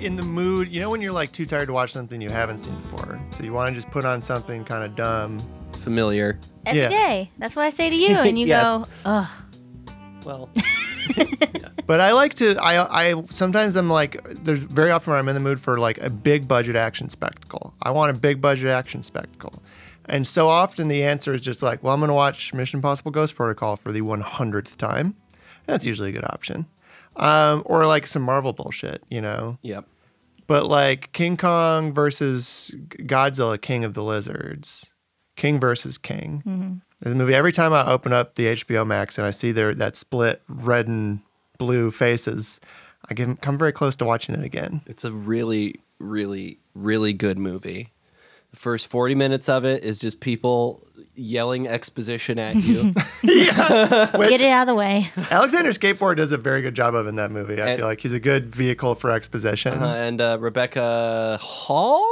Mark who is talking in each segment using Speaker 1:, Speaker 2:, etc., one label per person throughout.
Speaker 1: in the mood, you know, when you're like too tired to watch something you haven't seen before, so you want to just put on something kind of dumb.
Speaker 2: Familiar.
Speaker 1: Yeah.
Speaker 3: every day. That's what I say to you, and you
Speaker 2: Yes.
Speaker 3: go, ugh.
Speaker 2: Well,
Speaker 1: But I like to. I I sometimes I'm like there's very often where I'm in the mood for like a big budget action spectacle. I want a big budget action spectacle, and so often the answer is just like, well, I'm gonna watch Mission Impossible: Ghost Protocol for the 100th time. That's usually a good option, um, or like some Marvel bullshit, you know.
Speaker 2: yep.
Speaker 1: But like King Kong versus Godzilla, King of the Lizards, King versus King.
Speaker 3: Mm-hmm.
Speaker 1: This movie. Every time I open up the HBO Max and I see their that split red and blue faces, I give, come very close to watching it again.
Speaker 2: It's a really, really, really good movie. The first 40 minutes of it is just people yelling exposition at you.
Speaker 3: Get it out of the way.
Speaker 1: Alexander Skateboard does a very good job of in that movie. I
Speaker 2: And-
Speaker 1: feel like he's a good vehicle for exposition.
Speaker 2: Uh, and uh, Rebecca Hall?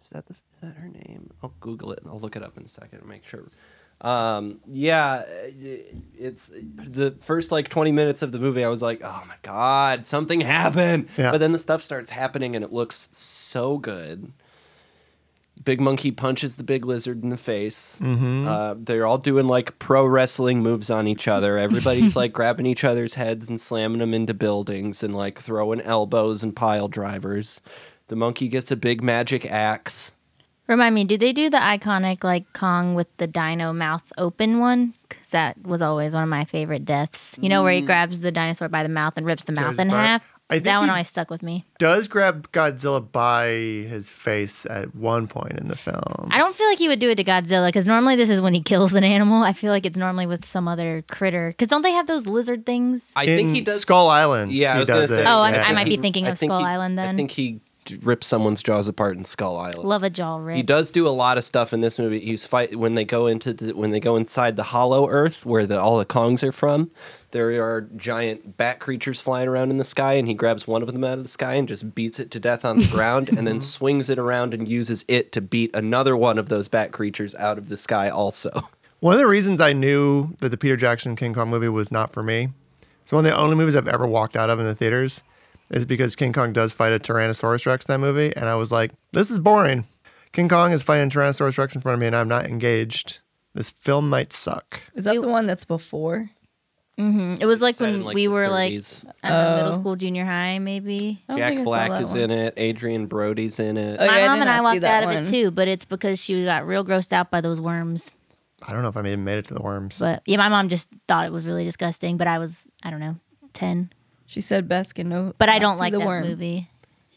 Speaker 2: Is that, the, is that her name? I'll Google it and I'll look it up in a second and make sure. Um, yeah, it's the first like 20 minutes of the movie. I was like, oh my God, something happened.
Speaker 1: Yeah.
Speaker 2: But then the stuff starts happening and it looks so good. Big Monkey punches the big lizard in the face.
Speaker 1: Mm-hmm.
Speaker 2: Uh, they're all doing like pro wrestling moves on each other. Everybody's like grabbing each other's heads and slamming them into buildings and like throwing elbows and pile drivers. The monkey gets a big magic axe.
Speaker 3: Remind me, did they do the iconic like Kong with the dino mouth open one? Because that was always one of my favorite deaths. You know, where he grabs the dinosaur by the mouth and rips the
Speaker 1: Mm. Tears
Speaker 3: mouth
Speaker 1: it
Speaker 3: in
Speaker 1: apart.
Speaker 3: half.
Speaker 1: I think
Speaker 3: That one
Speaker 1: he-
Speaker 3: always stuck with me.
Speaker 1: Does grab Godzilla by his face at one point in the film.
Speaker 3: I don't feel like he would do it to Godzilla because normally this is when he kills an animal. I feel like it's normally with some other critter. Because don't they have those lizard things?
Speaker 2: I
Speaker 1: in
Speaker 2: think he does.
Speaker 1: Skull Island.
Speaker 2: yeah,
Speaker 1: he
Speaker 2: I was
Speaker 1: does
Speaker 2: gonna
Speaker 1: it.
Speaker 2: say.
Speaker 3: Oh, I-
Speaker 1: yeah.
Speaker 3: I might be
Speaker 2: He-
Speaker 3: thinking of
Speaker 2: I think
Speaker 3: Skull
Speaker 2: he-
Speaker 3: Island
Speaker 2: I
Speaker 3: then.
Speaker 2: think he d- rips someone's jaws apart in Skull Island.
Speaker 3: Love a jaw rip.
Speaker 2: He does do a lot of stuff in this movie. He's fight when they go into the, when they go inside the Hollow Earth where the, all the Kongs are from. There are giant bat creatures flying around in the sky, and he grabs one of them out of the sky and just beats it to death on the ground, and then swings it around and uses it to beat another one of those bat creatures out of the sky. Also,
Speaker 1: One of the reasons I knew that the Peter Jackson King Kong movie was not for me, it's one of the only movies I've ever walked out of in the theaters, is because King Kong does fight a Tyrannosaurus Rex in that movie, and I was like, this is boring. King Kong is fighting Tyrannosaurus Rex in front of me, and I'm not engaged. This film might suck.
Speaker 4: Is that the one that's before?
Speaker 3: Mm, It was like
Speaker 2: Set in,
Speaker 3: when we
Speaker 2: the
Speaker 3: were
Speaker 2: 30s.
Speaker 3: like I don't know, middle
Speaker 4: Oh.
Speaker 3: school, junior high, maybe.
Speaker 4: I don't
Speaker 2: Jack
Speaker 4: think I saw
Speaker 2: Black
Speaker 4: that
Speaker 2: is
Speaker 4: one.
Speaker 2: in it, Adrian Brody's in it.
Speaker 4: Oh, yeah,
Speaker 3: My
Speaker 4: I
Speaker 3: mom
Speaker 4: did
Speaker 3: and
Speaker 4: not
Speaker 3: I
Speaker 4: see
Speaker 3: walked
Speaker 4: that
Speaker 3: out of it
Speaker 4: one.
Speaker 3: too, but it's because she got real grossed out by those worms.
Speaker 1: I don't know if I even made it to the worms.
Speaker 3: But yeah, my mom just thought it was really disgusting. But I was, I don't know, ten.
Speaker 4: She said Baskin. No,
Speaker 3: But I
Speaker 4: not
Speaker 3: don't
Speaker 4: see
Speaker 3: like
Speaker 4: the
Speaker 3: that
Speaker 4: worms.
Speaker 3: movie.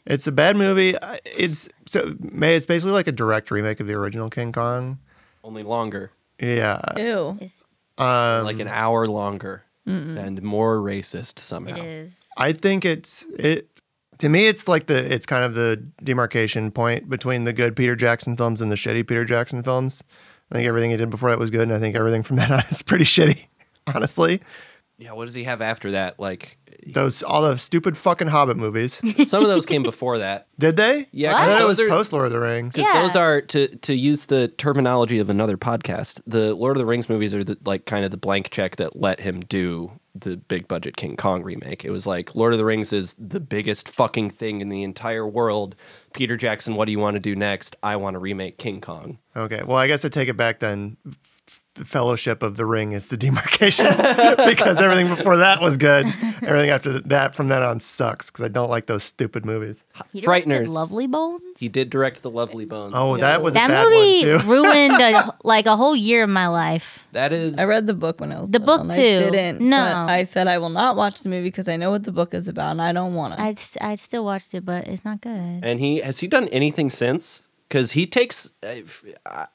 Speaker 1: It's a bad movie. I- It's so May. It's basically like a direct remake of the original King Kong.
Speaker 2: Only longer,
Speaker 1: Yeah,
Speaker 4: Ew.
Speaker 3: It's,
Speaker 1: um,
Speaker 2: like an hour longer, and more racist somehow.
Speaker 3: it is.
Speaker 1: I think it's it to me it's like the it's kind of the demarcation point between the good Peter Jackson films and the shitty Peter Jackson films. I think everything he did before that was good and I think everything from that on is pretty shitty. Honestly,
Speaker 2: Yeah, what does he have after that? Like
Speaker 1: those all the stupid fucking Hobbit movies.
Speaker 2: some of those came before that.
Speaker 1: Did they?
Speaker 2: Yeah,
Speaker 1: I thought it
Speaker 2: What?
Speaker 1: was
Speaker 2: Those are-
Speaker 1: post Lord of the Rings.
Speaker 2: Because
Speaker 3: Yeah.
Speaker 2: those are to to use the terminology of another podcast. The Lord of the Rings movies are the, like kind of the blank check that let him do the big budget King Kong remake. It was like Lord of the Rings is the biggest fucking thing in the entire world. Peter Jackson, what do you want to do next? I want to remake King Kong.
Speaker 1: Okay. Well, I guess I take it back then. F- f- Fellowship of the Ring is the demarcation because everything before that was good. Everything after that from then on sucks because I don't like those stupid movies.
Speaker 3: You don't like the
Speaker 2: Frighteners.
Speaker 3: Lovely Bones.
Speaker 2: He did direct The Lovely Bones.
Speaker 1: Oh,
Speaker 2: Yeah.
Speaker 1: that was a
Speaker 3: That
Speaker 1: bad
Speaker 3: movie
Speaker 1: one too.
Speaker 3: ruined a, like a whole year of my life.
Speaker 2: that is
Speaker 4: I read the book when I was
Speaker 3: The
Speaker 4: little,
Speaker 3: book,
Speaker 4: and
Speaker 3: too.
Speaker 4: I didn't. so
Speaker 3: No.
Speaker 4: I said I will not watch the movie because I know what the book is about and I don't want to.
Speaker 3: I'd s- I'd still watched it, but it's not good.
Speaker 2: And he has he done anything since? Because he takes, I-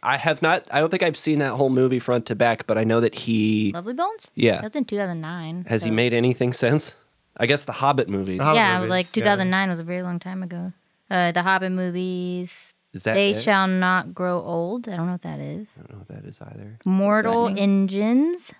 Speaker 2: I have not. I don't think I've seen that whole movie front to back, but I know that he
Speaker 3: Lovely Bones.
Speaker 2: Yeah.
Speaker 3: that was in two thousand nine.
Speaker 2: Has he made anything since? I guess the Hobbit movies.
Speaker 1: The Hobbit
Speaker 3: yeah, it was like
Speaker 1: movies, yeah.
Speaker 3: 2009 was a very long time ago. Uh, the Hobbit movies.
Speaker 2: Is that
Speaker 3: they
Speaker 2: it?
Speaker 3: shall not grow old. I don't know what that is.
Speaker 2: I don't know what that is either.
Speaker 3: Mortal Engines.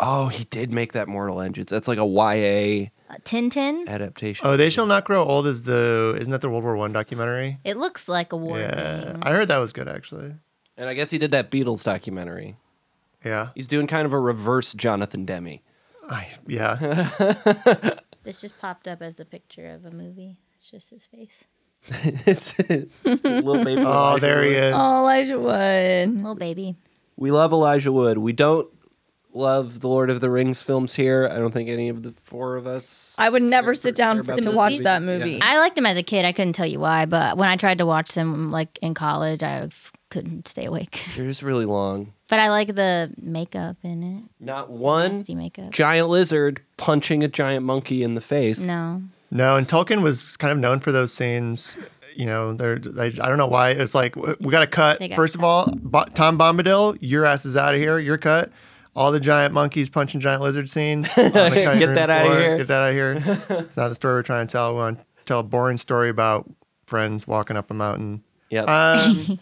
Speaker 2: Oh, he did make that Mortal Engines. That's like a YA
Speaker 3: Uh, Tintin.
Speaker 2: adaptation.
Speaker 1: Oh, they shall not grow old is the isn't that the World War One documentary?
Speaker 3: It looks like a war.
Speaker 1: Yeah,
Speaker 3: game.
Speaker 1: I heard that was good actually.
Speaker 2: And I guess he did that Beatles documentary.
Speaker 1: Yeah,
Speaker 2: He's doing kind of a reverse Jonathan Demi.
Speaker 1: I, yeah.
Speaker 3: This just popped up as the picture of a movie. It's just his face.
Speaker 2: it's, it's little baby.
Speaker 1: Oh,
Speaker 2: Elijah
Speaker 1: there he
Speaker 2: Wood.
Speaker 1: is.
Speaker 4: Oh, Elijah Wood.
Speaker 3: Little baby.
Speaker 2: We love Elijah Wood. We don't love the Lord of the Rings films here. I don't think any of the four of us.
Speaker 4: I would never
Speaker 2: care
Speaker 4: sit
Speaker 2: for-
Speaker 4: down
Speaker 2: care
Speaker 4: for-
Speaker 2: about
Speaker 3: to
Speaker 2: those
Speaker 3: watch
Speaker 2: movies.
Speaker 4: that movie.
Speaker 2: Yeah.
Speaker 3: I liked him as a kid. I couldn't tell you why, but when I tried to watch them like in college, I f- couldn't stay awake.
Speaker 2: They're just really long.
Speaker 3: But I like the makeup in it.
Speaker 2: Not one
Speaker 3: Nasty makeup.
Speaker 2: giant lizard punching a giant monkey in the face.
Speaker 3: No.
Speaker 1: No, and Tolkien was kind of known for those scenes. You know, they're, they, I don't know why. It's like, w- we got to cut.
Speaker 3: They got
Speaker 1: First of all, Bo- Tom Bombadil, your ass is out of here. You're cut. All the giant monkeys punching giant lizard scenes. on the cutting
Speaker 2: Get
Speaker 1: room
Speaker 2: that outta
Speaker 1: floor.
Speaker 2: here.
Speaker 1: Get that out of here. it's not the story we're trying to tell. We want to tell a boring story about friends walking up a mountain.
Speaker 2: Yep.
Speaker 1: Um,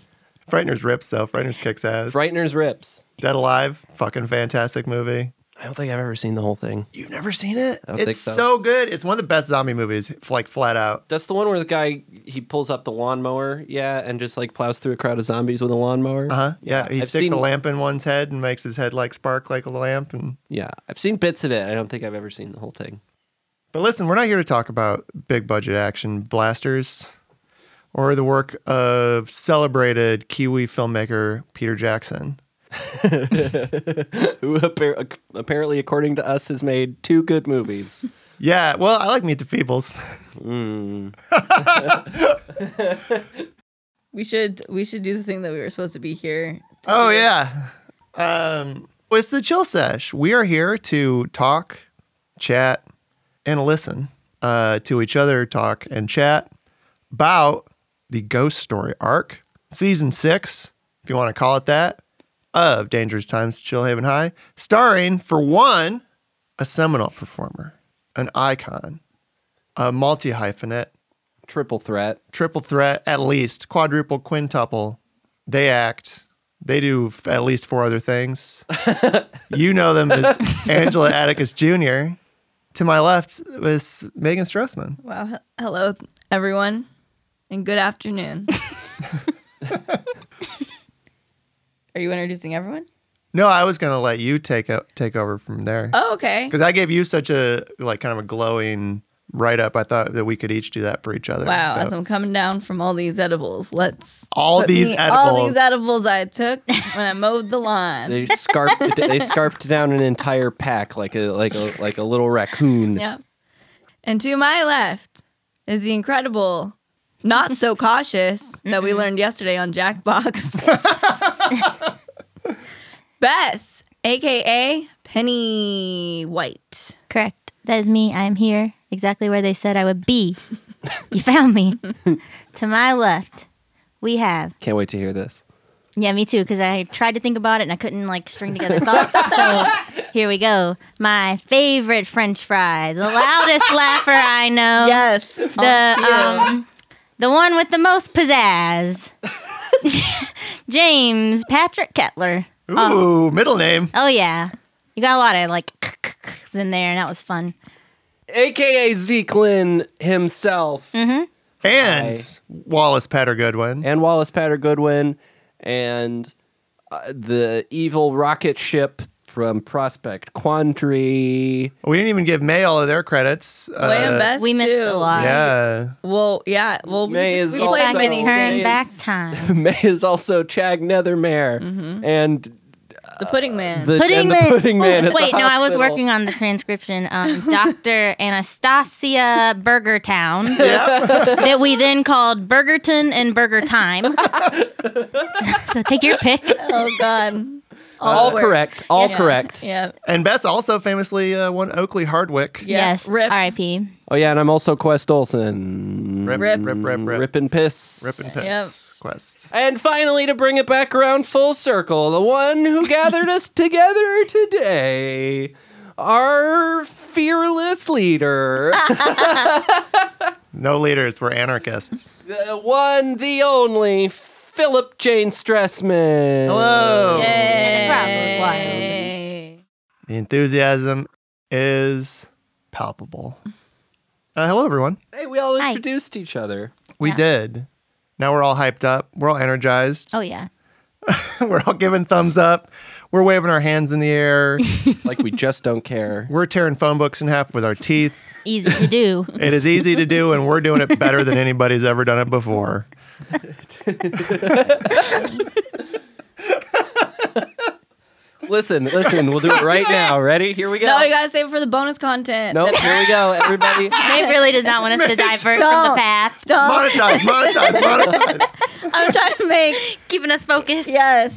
Speaker 1: Frighteners rips, though. Frighteners kicks ass.
Speaker 2: Frightener's Rips.
Speaker 1: Dead Alive, fucking fantastic movie.
Speaker 2: I don't think I've ever seen the whole thing. You've never seen it? I don't think
Speaker 1: It's
Speaker 2: so.
Speaker 1: so. good. It's one of the best zombie movies, f- like flat out.
Speaker 2: That's the one where the guy he pulls up the lawnmower, yeah, and just like plows through a crowd of zombies with a lawnmower.
Speaker 1: Uh huh. Yeah, he
Speaker 2: I've
Speaker 1: sticks
Speaker 2: seen-
Speaker 1: a lamp in one's head and makes his head like spark like a lamp. And
Speaker 2: Yeah, I've seen bits of it. I don't think I've ever seen the whole thing.
Speaker 1: but listen, we're not here to talk about big budget action blasters or the work of celebrated Kiwi filmmaker Peter Jackson.
Speaker 2: Who appar- apparently, according to us, has made two good movies.
Speaker 1: Yeah, well, I like Meet the Feebles.
Speaker 2: Mm.
Speaker 4: We should we should do the thing that we were supposed to be here. to
Speaker 1: Oh
Speaker 4: do.
Speaker 1: yeah. Um, it's the chill sesh. We are here to talk, chat, and listen uh, to each other talk and chat about the ghost story arc, season six, if you want to call it that, of Dangerous Times Chill Haven High, starring for one, a seminal performer, an icon, a multi hyphenate,
Speaker 2: Triple threat.
Speaker 1: triple threat, at least quadruple, quintuple. They act. They do f- at least four other things. you know them as Angela Atticus Jr. To my left was Megan Stressman.
Speaker 4: Wow. He- Hello, everyone, and good afternoon. Are you introducing everyone?
Speaker 1: No, I was gonna let you take o- take over from there
Speaker 4: Oh, okay.
Speaker 1: because I gave you such a like kind of a glowing write up. I thought that we could each do that for each other.
Speaker 4: Wow.
Speaker 1: So,
Speaker 4: As I'm coming down from all these edibles, let's
Speaker 1: all
Speaker 4: put
Speaker 1: these
Speaker 4: me-
Speaker 1: edibles.
Speaker 4: all these edibles I took when I mowed the lawn.
Speaker 2: They scarfed. it- they scarfed down an entire pack like a like a like a little raccoon.
Speaker 4: Yep. And to my left is the incredible, not so cautious that we learned yesterday on Jackbox. Bess, aka Penny White.
Speaker 3: Correct. That is me. I am here exactly where they said I would be. you found me. to my left, we have.
Speaker 2: Can't wait to hear this.
Speaker 3: Yeah, me too, because I tried to think about it and I couldn't like string together thoughts. so here we go. My favorite French fry, the loudest laugher I know.
Speaker 4: Yes.
Speaker 2: Uh,
Speaker 3: The um, the one with the most pizzazz. James Patrick Kettler.
Speaker 1: Ooh, middle name.
Speaker 3: Oh yeah, you got a lot of like in there, and that was fun.
Speaker 2: AKA Zeke Lynn himself
Speaker 3: Mm-hmm.
Speaker 1: And Wallace Patter Goodwin.
Speaker 2: and Wallace Patter Goodwin and uh, the evil rocket ship from Prospect Quandary.
Speaker 1: We didn't even give May all of their credits. Uh,
Speaker 4: William Bess
Speaker 3: we missed
Speaker 4: too.
Speaker 3: a lot.
Speaker 1: Yeah.
Speaker 4: Well, yeah. Well, we,
Speaker 2: May
Speaker 4: just,
Speaker 2: is
Speaker 4: we played
Speaker 3: Back
Speaker 2: also-
Speaker 4: many
Speaker 3: turn
Speaker 4: things.
Speaker 3: back time.
Speaker 2: May is also Chag Nethermere and
Speaker 4: The Pudding Man.
Speaker 2: the,
Speaker 3: Mm-hmm.
Speaker 2: and
Speaker 3: Pudding
Speaker 2: the
Speaker 3: man. Oh,
Speaker 2: pudding man. at the
Speaker 3: Wait, no, I was
Speaker 2: hospital.
Speaker 3: working on the transcription. Um, Doctor Anastasia Burgertown, that we then called Burgerton and Burger Time. so take your pick.
Speaker 4: oh God.
Speaker 2: All
Speaker 4: work.
Speaker 2: correct. All
Speaker 4: Yeah.
Speaker 2: correct.
Speaker 4: Yeah.
Speaker 1: And Bess also famously uh, won Oakley Hardwick.
Speaker 4: Yeah.
Speaker 3: Yes,
Speaker 4: Rip.
Speaker 3: R.I.P.
Speaker 2: Oh yeah, and I'm also Quest Olson.
Speaker 1: Rip, rip, rip, rip, rip.
Speaker 2: Rip and piss.
Speaker 1: Rip and piss.
Speaker 4: Yep.
Speaker 1: Quest.
Speaker 2: And finally, to bring it back around full circle, the one who gathered us together today, our fearless leader,
Speaker 1: No leaders, we're anarchists.
Speaker 2: the one, the only Philip Jane Stressman.
Speaker 1: Hello.
Speaker 2: Oh,
Speaker 3: And
Speaker 4: Yay.
Speaker 1: The enthusiasm is palpable. Uh, hello, everyone.
Speaker 2: Hey, we all
Speaker 3: Hi.
Speaker 2: introduced each other.
Speaker 1: We
Speaker 3: Yeah.
Speaker 1: did. Now we're all hyped up. We're all energized.
Speaker 3: Oh yeah.
Speaker 1: we're all giving thumbs up. We're waving our hands in the air.
Speaker 2: like we just don't care.
Speaker 1: We're tearing phone books in half with our teeth.
Speaker 3: Easy to do.
Speaker 1: It is easy to do, and we're doing it better than anybody's ever done it before.
Speaker 2: Listen, listen, we'll do it right now. Ready? Here we go.
Speaker 4: No, we gotta save it for the bonus content.
Speaker 2: nope, here we go, everybody.
Speaker 3: Nate really does not want us to divert from the
Speaker 4: Don't.
Speaker 3: path,
Speaker 4: Don't.
Speaker 1: Monetize, monetize, monetize.
Speaker 4: I'm trying to make
Speaker 3: keeping us focused.
Speaker 4: yes,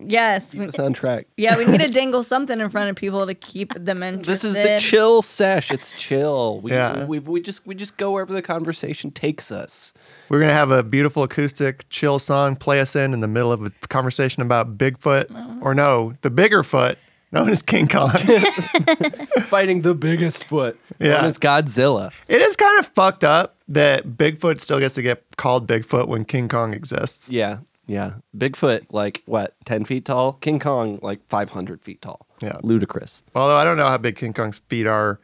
Speaker 4: yes. We-
Speaker 2: It's on track.
Speaker 4: Yeah, we need to dangle something in front of people to keep them interested.
Speaker 2: This is the chill sesh. It's chill. We,
Speaker 1: Yeah.
Speaker 2: we, we just we just go wherever the conversation takes us.
Speaker 1: We're gonna have a beautiful acoustic chill song play us in in the middle of a conversation about Bigfoot or no, the bigger foot known as King Kong. it
Speaker 2: Fighting the biggest foot.
Speaker 1: Yeah.
Speaker 2: Known as Godzilla.
Speaker 1: is kind of fucked up that Bigfoot still gets to get called Bigfoot when King Kong exists.
Speaker 2: Yeah. Yeah. Bigfoot, like what, ten feet tall? King Kong, like five hundred feet tall.
Speaker 1: Yeah.
Speaker 2: Ludicrous.
Speaker 1: Although I don't know how big King Kong's feet are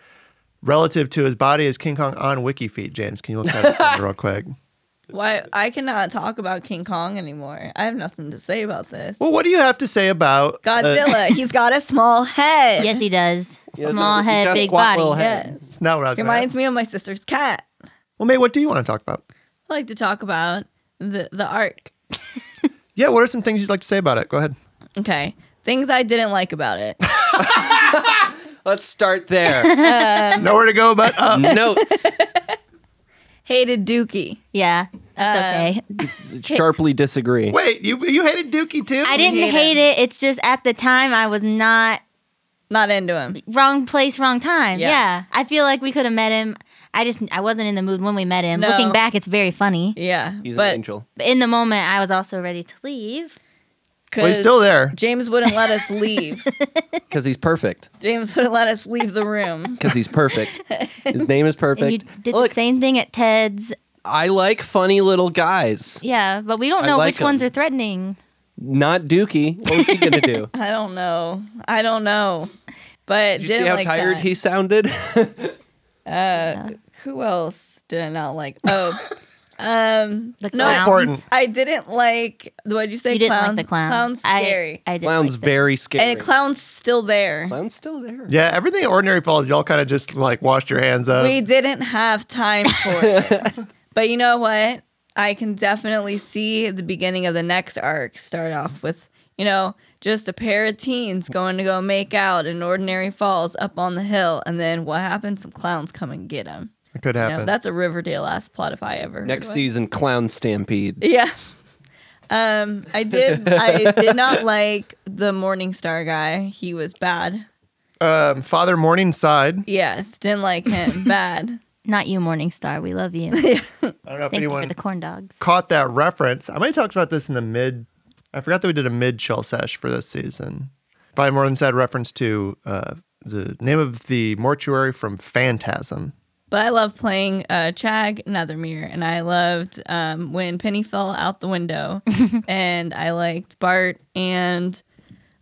Speaker 1: relative to his body. Is King Kong on Wiki feet, James? Can you look that up real quick?
Speaker 4: Why I cannot talk about King Kong anymore. I have nothing to say about this.
Speaker 1: Well, what do you have to say about uh,
Speaker 4: Godzilla, he's got a small head.
Speaker 3: Yes, he does.
Speaker 2: Yeah,
Speaker 3: Small
Speaker 2: he's got a
Speaker 3: head, big
Speaker 2: squat
Speaker 3: body.
Speaker 2: little head.
Speaker 4: Yes.
Speaker 1: it's not what I was. gonna
Speaker 4: Reminds
Speaker 1: ask.
Speaker 4: me of my sister's cat.
Speaker 1: Well, May, what do you want to talk about?
Speaker 4: I like to talk about the the arc.
Speaker 1: Yeah, what are some things you'd like to say about it? Go ahead.
Speaker 4: Okay. Things I didn't like about it.
Speaker 2: Let's start there.
Speaker 1: Nowhere to go but up.
Speaker 2: Notes.
Speaker 4: Hated Dookie.
Speaker 3: Yeah, that's
Speaker 4: Uh,
Speaker 3: okay.
Speaker 2: Sharply disagree.
Speaker 1: Wait, you you hated Dookie too?
Speaker 3: I didn't
Speaker 4: hate
Speaker 3: hate it. It's just at the time I was not
Speaker 4: Not into him.
Speaker 3: wrong place, wrong time. Yeah,
Speaker 4: Yeah.
Speaker 3: I feel like we could have met him. I just I wasn't in the mood when we met him.
Speaker 4: No.
Speaker 3: Looking back, it's very funny.
Speaker 4: Yeah.
Speaker 2: He's
Speaker 4: but
Speaker 2: an angel.
Speaker 3: But in the moment, I was also ready to leave.
Speaker 1: Well, he's still there.
Speaker 4: James wouldn't let us leave.
Speaker 2: Because he's perfect.
Speaker 4: James wouldn't let us leave the room.
Speaker 2: Because he's perfect. His name is
Speaker 3: And you
Speaker 2: perfect.
Speaker 3: did
Speaker 2: Look,
Speaker 3: the same thing at Ted's.
Speaker 2: I like funny little guys.
Speaker 3: Yeah, but we don't
Speaker 2: I
Speaker 3: know
Speaker 2: like
Speaker 3: which ones
Speaker 2: him.
Speaker 3: are threatening.
Speaker 2: Not Dookie. What was he gonna do?
Speaker 4: I don't know. I don't know.
Speaker 2: Did
Speaker 4: But
Speaker 2: you
Speaker 4: didn't
Speaker 2: see how
Speaker 4: like
Speaker 2: tired
Speaker 4: that.
Speaker 2: he sounded?
Speaker 4: Who else did I not like? Oh, um,
Speaker 3: The
Speaker 4: No,
Speaker 3: clowns.
Speaker 1: important.
Speaker 4: I didn't like. What did you say?
Speaker 3: You didn't
Speaker 4: clown?
Speaker 3: like the clowns.
Speaker 4: Clown's
Speaker 3: I-
Speaker 4: scary.
Speaker 3: I, did
Speaker 2: Clown's very scary.
Speaker 4: and the clown's still there.
Speaker 2: Clown's still there.
Speaker 1: Yeah, everything at Ordinary Falls, y'all kind of just like washed your hands up.
Speaker 4: we didn't have time for it. but you know what? I can definitely see the beginning of the next arc start off with, you know, just a pair of teens going to go make out in Ordinary Falls up on the hill. And then what happens? Some clowns come and get them.
Speaker 1: it could
Speaker 4: You know,
Speaker 1: happen.
Speaker 4: that's a Riverdale ass plot if I ever. heard
Speaker 2: Next
Speaker 4: one.
Speaker 2: season, Clown Stampede.
Speaker 4: Yeah. Um, I did. I did not like the Morningstar guy. He was bad.
Speaker 1: um, Father Morningside.
Speaker 4: Yes, didn't like him. Bad.
Speaker 3: not you, Morningstar. We love you.
Speaker 1: I don't know if
Speaker 3: Thank you for
Speaker 1: anyone
Speaker 3: the corn dogs.
Speaker 1: caught that reference. I might talked about this in the mid. I forgot that we did a mid chill sesh for this season. Father Morningside reference to uh, the name of the mortuary from Phantasm.
Speaker 4: But I love playing uh, Chag Nethermere, and I loved um, when Penny fell out the window, and I liked Bart and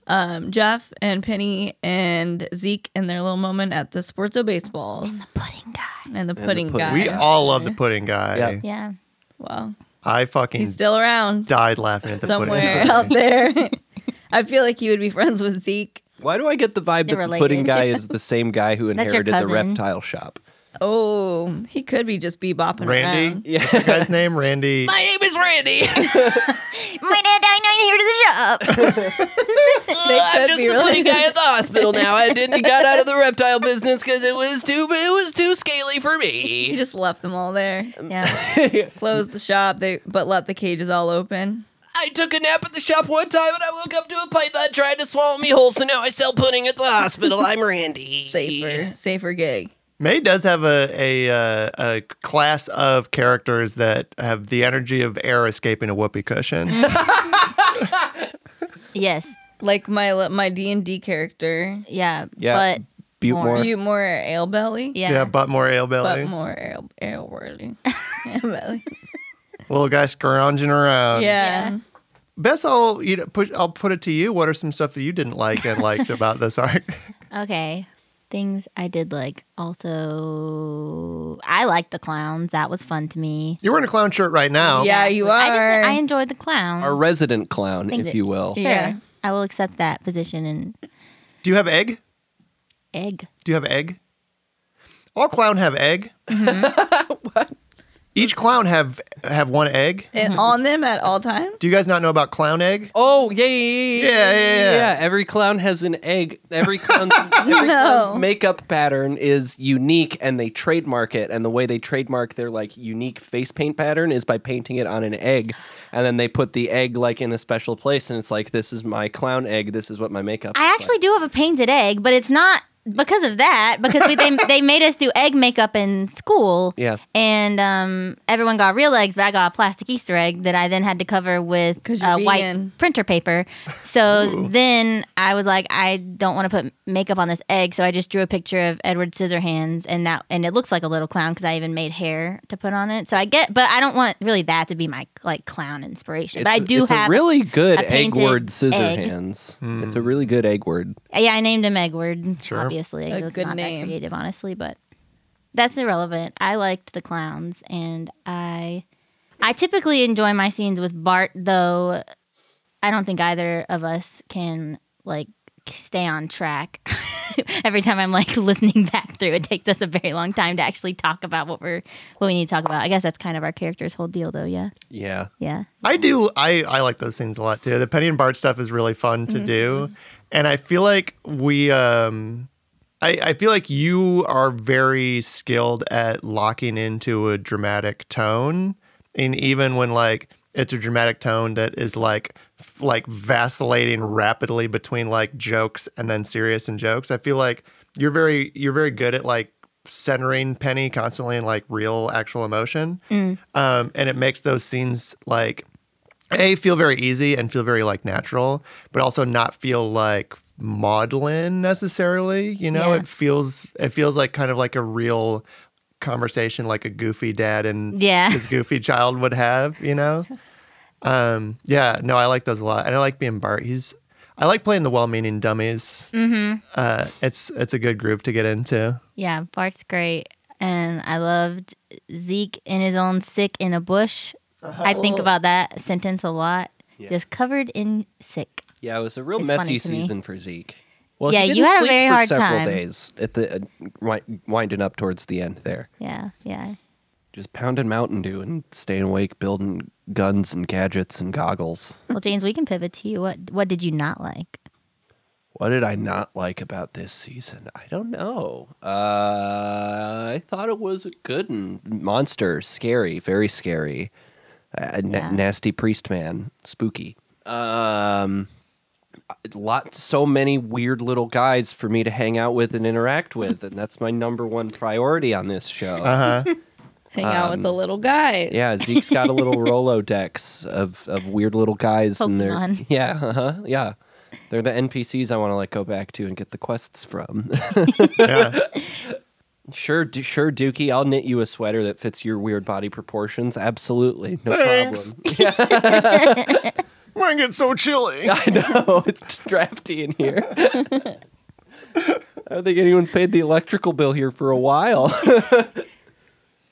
Speaker 4: um, Jeff and Penny and Zeke and their little moment at the Sportso baseballs
Speaker 3: Pudding guy.
Speaker 4: and the pudding,
Speaker 2: pudding.
Speaker 4: guy.
Speaker 1: We all love the pudding guy.
Speaker 2: Yeah.
Speaker 3: Yeah.
Speaker 4: wow,
Speaker 1: I fucking
Speaker 4: he's still around.
Speaker 1: died laughing at the
Speaker 4: somewhere
Speaker 1: pudding. guy.
Speaker 4: out there. I feel like you would be friends with Zeke.
Speaker 2: Why do I get the vibe
Speaker 3: They're
Speaker 2: that the
Speaker 3: related.
Speaker 2: pudding guy is the same guy who
Speaker 3: That's your
Speaker 2: inherited the
Speaker 3: cousin.
Speaker 2: reptile shop?
Speaker 4: Oh, he could be just be bopping around.
Speaker 1: Randy, yeah. guy's name Randy.
Speaker 2: My name is Randy.
Speaker 3: My dad died nine here to the shop.
Speaker 4: They could
Speaker 2: Oh, I'm just
Speaker 4: be
Speaker 2: the pudding
Speaker 4: related.
Speaker 2: guy at the hospital now. I didn't got out of the reptile business because it was too it was too scaly for
Speaker 4: He
Speaker 2: me.
Speaker 4: just left them all there.
Speaker 3: yeah.
Speaker 4: Closed the shop, they but left the cages all open.
Speaker 2: I took a nap at the shop one time and I woke up to a python trying to swallow me whole. So now I sell pudding at the hospital. I'm Randy.
Speaker 4: Safer, safer gig.
Speaker 1: May does have a a, uh, a class of characters that have the energy of air escaping a whoopee cushion.
Speaker 4: Mm-hmm.
Speaker 3: Yes.
Speaker 4: Like my li- my D and D character,
Speaker 3: Yeah.
Speaker 2: Yeah.
Speaker 3: But
Speaker 2: Butmore.
Speaker 4: you more ale belly,
Speaker 3: yeah.
Speaker 1: yeah, but more ale belly.
Speaker 4: but more ale ale belly. belly.
Speaker 1: Little guy scrounging around.
Speaker 4: Yeah.
Speaker 1: Bess, I'll you know, push. I'll put it to you. What are some stuff that you didn't like and liked about this arc?
Speaker 3: Okay. Things I did like. Also, I liked the clowns. That was fun to me.
Speaker 1: You're wearing a clown shirt right now.
Speaker 4: Yeah, you
Speaker 3: I, just-
Speaker 4: are.
Speaker 3: I enjoyed the clowns.
Speaker 2: our resident clown,
Speaker 3: Thank
Speaker 2: if
Speaker 3: you.
Speaker 2: you will.
Speaker 3: Sure.
Speaker 4: Yeah.
Speaker 3: I will accept that position and
Speaker 1: Do you have egg?
Speaker 3: egg.
Speaker 1: Do you have egg? All clown have egg.
Speaker 4: Mm-hmm.
Speaker 1: Each clown have have one egg.
Speaker 4: And on them at all time.
Speaker 1: Do you guys not know about clown egg?
Speaker 2: Oh yeah, yeah, yeah,
Speaker 1: Yeah, yeah, yeah.
Speaker 2: Every clown has an egg. Every clown, every clown's makeup pattern is unique, and they trademark it. And the way they trademark their like unique face paint pattern is by painting it on an egg, and then they put the egg like in a special place, and it's like this is my clown egg. This is what my makeup.
Speaker 3: I
Speaker 2: looks
Speaker 3: actually do have a painted egg, but it's not because of that because we, they they made us do egg makeup in school.
Speaker 2: Yeah.
Speaker 3: And um, everyone got real eggs, but I got a plastic Easter egg that I then had to cover with
Speaker 4: 'Cause you're
Speaker 3: uh, white
Speaker 4: vegan.
Speaker 3: printer paper. So then I was like, I don't want to put makeup on this egg, so I just drew a picture of Edward Scissorhands, and that and it looks like a little clown because I even made hair to put on it. So I get, but I don't want really that to be my like clown inspiration. but
Speaker 2: It's
Speaker 3: I
Speaker 2: a-
Speaker 3: do
Speaker 2: it's
Speaker 3: have
Speaker 2: a really good
Speaker 3: a
Speaker 2: egg
Speaker 3: painted
Speaker 2: word, scissor
Speaker 3: egg.
Speaker 2: hands. It's
Speaker 1: Hmm.
Speaker 2: a really good egg word.
Speaker 3: Yeah, I named him Egward.
Speaker 1: Sure.
Speaker 3: Obviously,
Speaker 4: A
Speaker 3: it was
Speaker 4: good
Speaker 3: not
Speaker 4: name.
Speaker 3: that creative, honestly, but that's irrelevant. I liked the clowns, and I, I typically enjoy my scenes with Bart, though. I don't think either of us can like stay on track. Every time I'm like listening back through, it takes us a very long time to actually talk about what we're what we need to talk about. I guess that's kind of our character's whole deal, though. Yeah,
Speaker 2: Yeah.
Speaker 3: yeah.
Speaker 1: I do. I I like those scenes a lot too. The Penny and Bart stuff is really fun to do, and I feel like we. um I, I feel like you are very skilled at locking into a dramatic tone, and even when like it's a dramatic tone that is like f- like vacillating rapidly between like jokes and then serious and jokes, I feel like you're very you're very good at like centering Penny constantly in like real actual emotion, um, and it makes those scenes like a feel very easy and feel very like natural, but also not feel like maudlin necessarily. You know,
Speaker 3: Yeah.
Speaker 1: it feels it feels like kind of like a real conversation, like a goofy dad and
Speaker 3: Yeah.
Speaker 1: his goofy child would have. You know, um, yeah, no, I like those a lot, and I like being Bart. He's I like playing the well-meaning dummies. Mm-hmm. Uh, it's it's a good group to get into.
Speaker 3: Yeah, Bart's great. And I loved Zeke in his own sick in a bush. I think about that sentence a lot. Just covered in sick.
Speaker 2: Yeah, it was a real
Speaker 3: It's
Speaker 2: messy
Speaker 3: funny to me.
Speaker 2: season for Zeke. Well,
Speaker 3: Yeah,
Speaker 2: he didn't
Speaker 3: you had a
Speaker 2: sleep
Speaker 3: very
Speaker 2: for
Speaker 3: hard
Speaker 2: several
Speaker 3: time.
Speaker 2: days at the uh, wi- winding up towards the end there.
Speaker 3: Yeah, yeah.
Speaker 2: Just pounding Mountain Dew and staying awake, building guns and gadgets and goggles.
Speaker 3: Well, James, we can pivot to you. What what did you not like?
Speaker 2: What did I not like about this season? I don't know. Uh, I thought it was a good un. monster, scary, very scary, uh, na-
Speaker 3: Yeah.
Speaker 2: nasty priest man, spooky. Um, a lot, so many weird little guys for me to hang out with and interact with, and that's my number one priority on this show.
Speaker 1: Uh huh.
Speaker 4: Hang out with the little guys.
Speaker 2: Yeah, Zeke's got a little Rolodex of of weird little guys, and they're
Speaker 3: Pokemon.
Speaker 2: yeah, uh-huh, yeah. They're the NPCs I want to like go back to and get the quests from.
Speaker 1: yeah.
Speaker 2: sure, do, sure, Dookie, I'll knit you a sweater that fits your weird body proportions. Absolutely, no
Speaker 1: Thanks.
Speaker 2: problem.
Speaker 1: Mine gets so chilly.
Speaker 2: I know it's drafty in here. I don't think anyone's paid the electrical bill here for a while.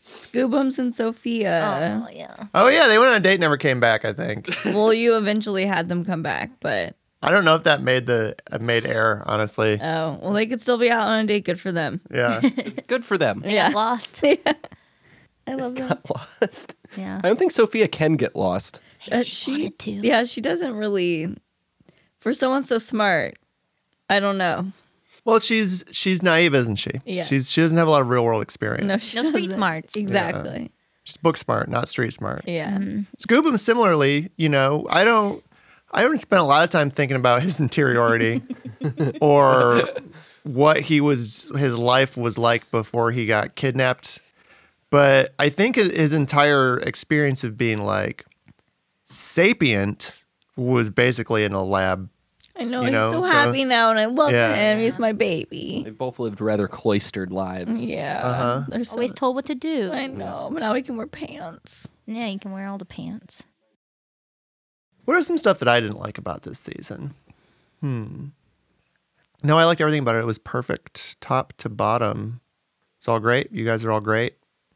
Speaker 4: Scoobums and Sophia.
Speaker 3: yeah.
Speaker 1: Oh yeah, they went on a date, and never came back. I think.
Speaker 4: Well, you eventually had them come back, but
Speaker 1: I don't know if that made the uh, made air. Honestly,
Speaker 4: oh, well, they could still be out on a date. Good for them.
Speaker 1: yeah.
Speaker 2: Good for them.
Speaker 4: Yeah.
Speaker 3: Lost.
Speaker 4: I love them.
Speaker 2: Lost.
Speaker 3: Yeah.
Speaker 2: I don't think Sophia can get lost.
Speaker 4: Uh,
Speaker 3: she wanted to.
Speaker 4: Yeah, she doesn't really. For someone so smart, I don't know.
Speaker 1: Well, she's she's naive, isn't she?
Speaker 4: Yeah.
Speaker 1: She's she doesn't have a lot of real world experience.
Speaker 4: No, she
Speaker 3: No street
Speaker 4: doesn't.
Speaker 3: smarts.
Speaker 4: Exactly.
Speaker 1: She's book smart, not street smart.
Speaker 4: Yeah.
Speaker 3: Mm-hmm.
Speaker 1: Scoobum, similarly, you know, I don't I haven't spent a lot of time thinking about his interiority or what he was his life was like before he got kidnapped. But I think his- his entire experience of being like sapient was basically in a lab.
Speaker 4: I know.
Speaker 1: You
Speaker 4: he's
Speaker 1: know,
Speaker 4: so
Speaker 1: so-
Speaker 4: happy now, and I love
Speaker 1: Yeah.
Speaker 4: him. He's my baby.
Speaker 2: They both lived rather cloistered lives.
Speaker 4: Yeah.
Speaker 1: Uh-huh.
Speaker 4: They're so.
Speaker 3: Always told what to do.
Speaker 4: I know, but now we can wear pants.
Speaker 3: Yeah, you can wear all the pants.
Speaker 1: What are some stuff that I didn't like about this season? Hmm. No, I liked everything about it. It was perfect, top to bottom. It's all great. You guys are all great.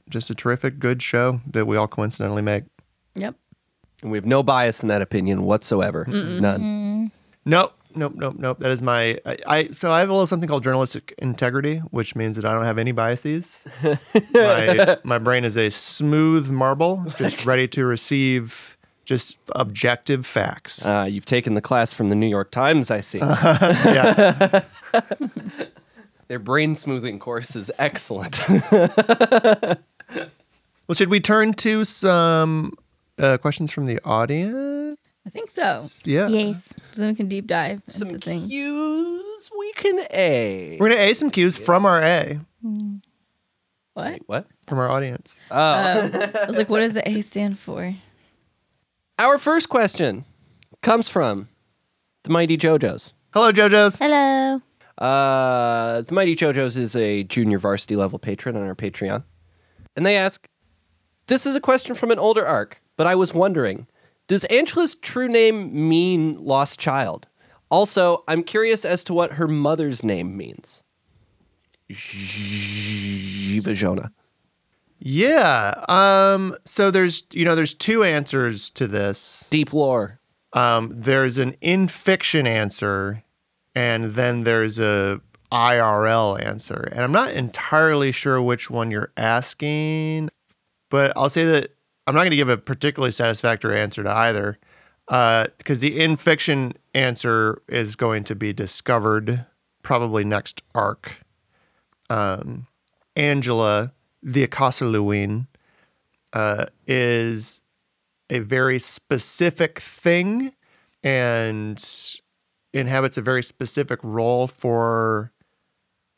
Speaker 1: Just a terrific, good show that we all coincidentally make.
Speaker 4: Yep.
Speaker 2: And we have no bias in that opinion whatsoever. None.
Speaker 1: Nope, nope, nope, nope. That is my I, I. So I have a little something called journalistic integrity, which means that I don't have any biases. my, my brain is a smooth marble, just ready to receive just objective facts.
Speaker 2: Uh, you've taken the class from the New York Times, I see.
Speaker 1: yeah,
Speaker 2: Their brain smoothing course is excellent.
Speaker 1: Well, should we turn to some uh, questions from the audience?
Speaker 4: I think so.
Speaker 1: Yeah.
Speaker 3: Yes.
Speaker 4: So then we can deep dive into
Speaker 2: Some
Speaker 4: things.
Speaker 2: cues we can A.
Speaker 1: We're gonna A some cues from our A
Speaker 4: What?
Speaker 2: What?
Speaker 1: from our audience.
Speaker 4: I was like, what does the A stand for?
Speaker 2: Our first question comes from the Mighty JoJo's.
Speaker 1: Hello, JoJo's.
Speaker 3: Hello.
Speaker 2: Uh, the Mighty JoJo's is a junior varsity level patron on our Patreon. And they ask This is a question from an older arc, but I was wondering Does Angela's true name mean lost child? Also, I'm curious as to what her mother's name means. Vajona.
Speaker 1: Yeah. Um. So there's you know there's two answers to this.
Speaker 2: Deep lore.
Speaker 1: Um. There's an in fiction answer, and then there's a IRL answer, and I'm not entirely sure which one you're asking, but I'll say that I'm not going to give a particularly satisfactory answer to either, because the in fiction answer is going to be discovered probably next arc. Um, Angela, the Akasaluin, uh, is a very specific thing and inhabits a very specific role for,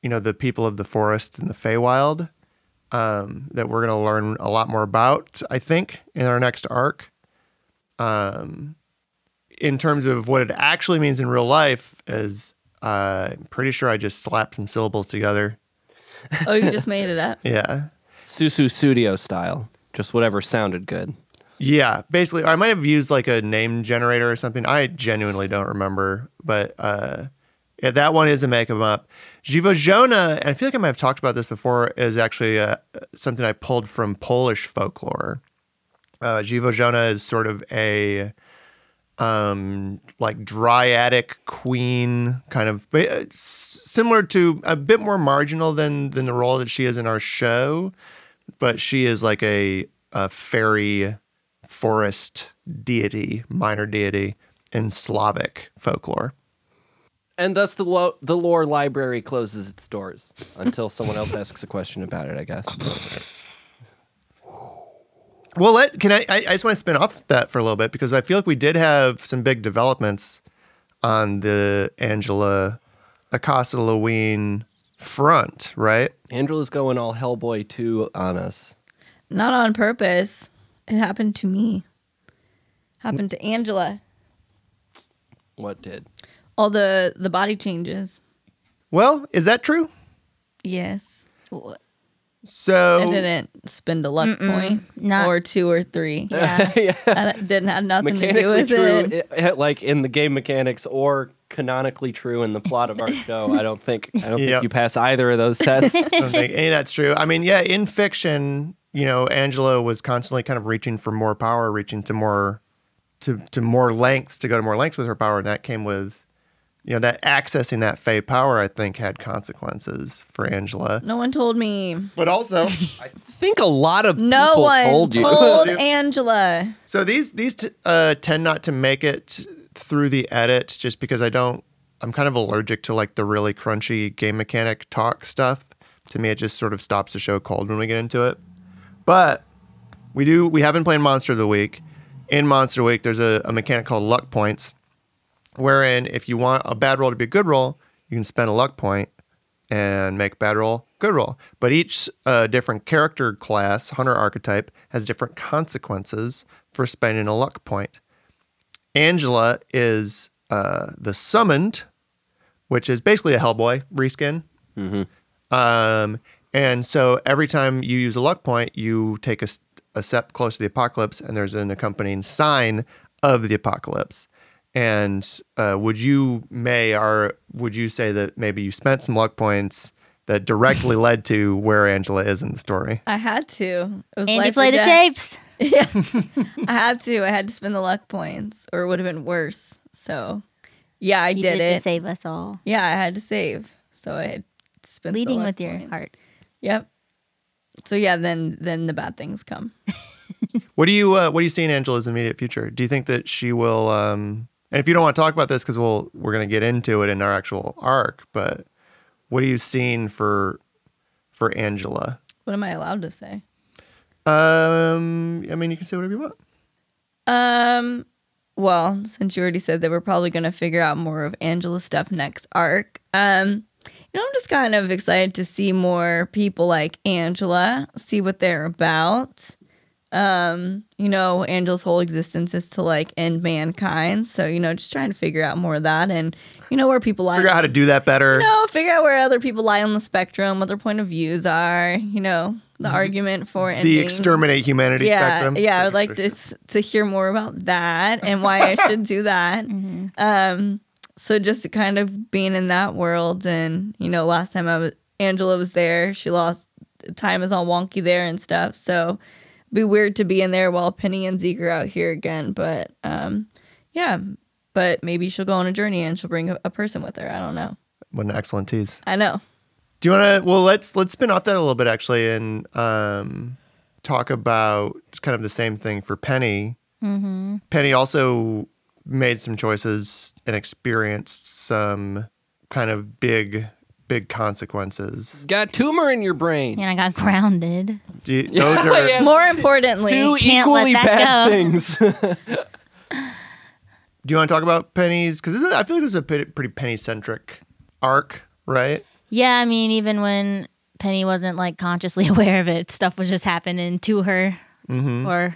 Speaker 1: you know, the people of the forest and the Feywild um, that we're going to learn a lot more about, I think, in our next arc. Um, in terms of what it actually means in real life, is uh, I'm pretty sure I just slapped some syllables together.
Speaker 4: Oh, you just made it up.
Speaker 1: Yeah.
Speaker 2: Susu Studio style. Just whatever sounded good.
Speaker 1: Yeah, basically, I might have used like a name generator or something. I genuinely don't remember, but uh, yeah, that one is a make 'em up. Jivojona, and I feel like I might have talked about this before, is actually uh, something I pulled from Polish folklore. Uh, Jivojona is sort of a um, like dryadic queen, kind of but it's similar to a bit more marginal than than the role that she is in our show, but she is like a a fairy forest deity, minor deity in Slavic folklore.
Speaker 2: And thus the lo- the lore library closes its doors until someone else asks a question about it, I guess.
Speaker 1: Well, let can I? I, I just want to spin off that for a little bit because I feel like we did have some big developments on the Angela Acosta Lewine front, right?
Speaker 2: Angela's going all Hellboy 2 on us.
Speaker 4: Not on purpose. It happened to me. Happened to Angela.
Speaker 2: What did?
Speaker 4: All the the body changes.
Speaker 1: Well, is that true?
Speaker 4: Yes.
Speaker 3: W-
Speaker 2: Oh.
Speaker 4: I
Speaker 1: So
Speaker 4: didn't spend a luck point
Speaker 3: not-
Speaker 4: or two or three.
Speaker 3: Yeah.
Speaker 4: I didn't have nothing to do
Speaker 2: Mechanically
Speaker 4: with
Speaker 2: true,
Speaker 4: it.
Speaker 2: i- i- like in the game mechanics, or canonically true in the plot of our show. I don't think I don't
Speaker 1: Yep.
Speaker 2: think you pass either of those tests.
Speaker 1: I don't think any of that's true. I mean, yeah, in fiction, you know, Angela was constantly kind of reaching for more power, reaching to more to to more lengths to go to more lengths with her power, and that came with you know that accessing that fey power. I think had consequences for Angela,
Speaker 4: No one told me.
Speaker 1: but also
Speaker 2: I think a lot of
Speaker 4: No
Speaker 2: people
Speaker 4: one
Speaker 2: told
Speaker 4: told,
Speaker 2: you.
Speaker 4: Angela.
Speaker 1: so these these t- uh, tend not to make it through the edit just because I don't. I'm kind of allergic to like the really crunchy game mechanic talk stuff. To me, it just sort of stops the show cold when we get into it. But we do we have been playing Monster of the Week. In Monster of the Week, there's a, a mechanic called luck points, wherein if you want a bad roll to be a good roll, you can spend a luck point and make bad roll good roll. But each uh, different character class, hunter archetype, has different consequences for spending a luck point. Angela is uh, the summoned, which is basically a Hellboy reskin. Um, and so every time you use a luck point, you take a, s- a step close to the apocalypse, and there's an accompanying sign of the apocalypse. And uh, would you, May, or would you say that maybe you spent some luck points that directly led to where Angela is in the story?
Speaker 4: I had to. It was
Speaker 3: Andy,
Speaker 4: life
Speaker 3: play
Speaker 4: or
Speaker 3: the
Speaker 4: death.
Speaker 3: tapes.
Speaker 4: I had to. I had to spend the luck points, or it would have been worse. So, Yeah, I
Speaker 3: you
Speaker 4: did,
Speaker 3: to
Speaker 4: it.
Speaker 3: save us all.
Speaker 4: Yeah, I had to save. So I had spent the
Speaker 3: Leading
Speaker 4: luck
Speaker 3: with your
Speaker 4: point.
Speaker 3: heart.
Speaker 4: Yep. So yeah, then then the bad things come.
Speaker 1: What do you uh, What do you see in Angela's immediate future? Do you think that she will? Um, and if you don't want to talk about this, because we'll we're gonna get into it in our actual arc, but what are you seeing for for Angela?
Speaker 4: What am I allowed to say?
Speaker 1: Um, I mean, you can say whatever you want.
Speaker 4: Um, well, since you already said that we're probably going to figure out more of Angela's stuff next arc, um, you know, I'm just kind of excited to see more people like Angela, see what they're about. Um, you know, Angela's whole existence is to like end mankind, so you know, just trying to figure out more of that, and you know where people lie.
Speaker 1: Figure out how to do that better.
Speaker 4: you know, figure out where other people lie on the spectrum, what their point of views are. You know, the argument for
Speaker 1: the
Speaker 4: ending
Speaker 1: exterminate humanity
Speaker 4: yeah,
Speaker 1: spectrum.
Speaker 4: Yeah, I
Speaker 1: Sure,
Speaker 4: would like
Speaker 1: sure,
Speaker 4: to, s- to hear more about that and why I should do that. Um, so just kind of being in that world, and you know, last time I was Angela was there, she lost time is all wonky there and stuff. So it'd be weird to be in there while Penny and Zeke are out here again. But um, yeah, but maybe she'll go on a journey and she'll bring a, a person with her. I don't know.
Speaker 1: What an excellent tease.
Speaker 4: I know.
Speaker 1: Do you want to? Well, let's let's spin off that a little bit actually, and um, talk about kind of the same thing for Penny. Mm-hmm. Penny also made some choices and experienced some kind of big big consequences.
Speaker 2: Got tumor in your brain.
Speaker 3: And I got grounded.
Speaker 1: Do you, those are
Speaker 2: Yeah.
Speaker 4: More importantly,
Speaker 2: Two
Speaker 3: Can't let
Speaker 2: equally
Speaker 3: that
Speaker 2: bad
Speaker 3: go.
Speaker 2: things.
Speaker 1: Do you want to talk about Penny's? Because I feel like this is a pretty, pretty Penny centric arc, right?
Speaker 3: Yeah, I mean, even when Penny wasn't like consciously aware of it, stuff was just happening to her. Or,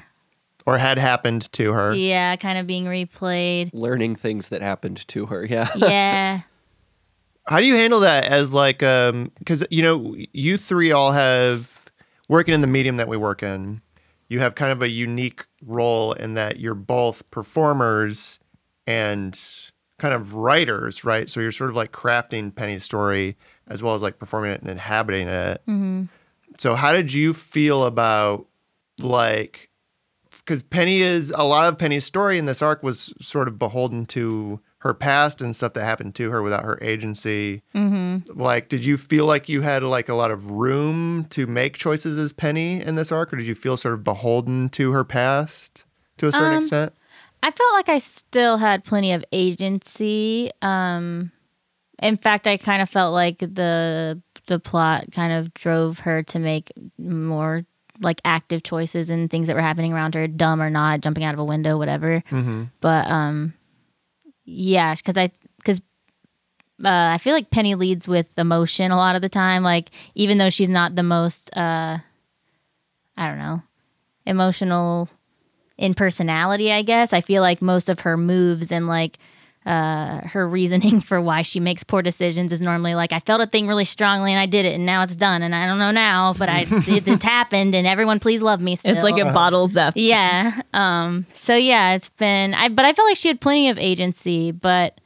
Speaker 1: Or had happened to her.
Speaker 3: yeah, kind of being replayed.
Speaker 2: Learning things that happened to her. Yeah.
Speaker 3: Yeah.
Speaker 1: How do you handle that as like um cuz you know you three all have working in the medium that we work in. You have kind of a unique role in that you're both performers and kind of writers, right? So you're sort of like crafting Penny's story as well as like performing it and inhabiting it. So how did you feel about like because Penny is a lot of Penny's story in this arc was sort of beholden to her past and stuff that happened to her without her agency. Mm-hmm. Like, did you feel like you had like a lot of room to make choices as Penny in this arc, or did you feel sort of beholden to her past to a certain extent?
Speaker 3: I felt like I still had plenty of agency. Um, in fact, I kind of felt like the the plot kind of drove her to make more like active choices and things that were happening around her, dumb or not, jumping out of a window, whatever. But um, yeah, because I because uh, I feel like Penny leads with emotion a lot of the time. Like even though she's not the most uh, I don't know emotional in personality, I guess. I feel like most of her moves and like uh, her reasoning for why she makes poor decisions is normally like, I felt a thing really strongly and I did it and now it's done and I don't know now, but I it, it's happened and everyone please love me still.
Speaker 4: it's like it bottles up.
Speaker 3: yeah. Um. So yeah, it's been. I but I felt like she had plenty of agency, but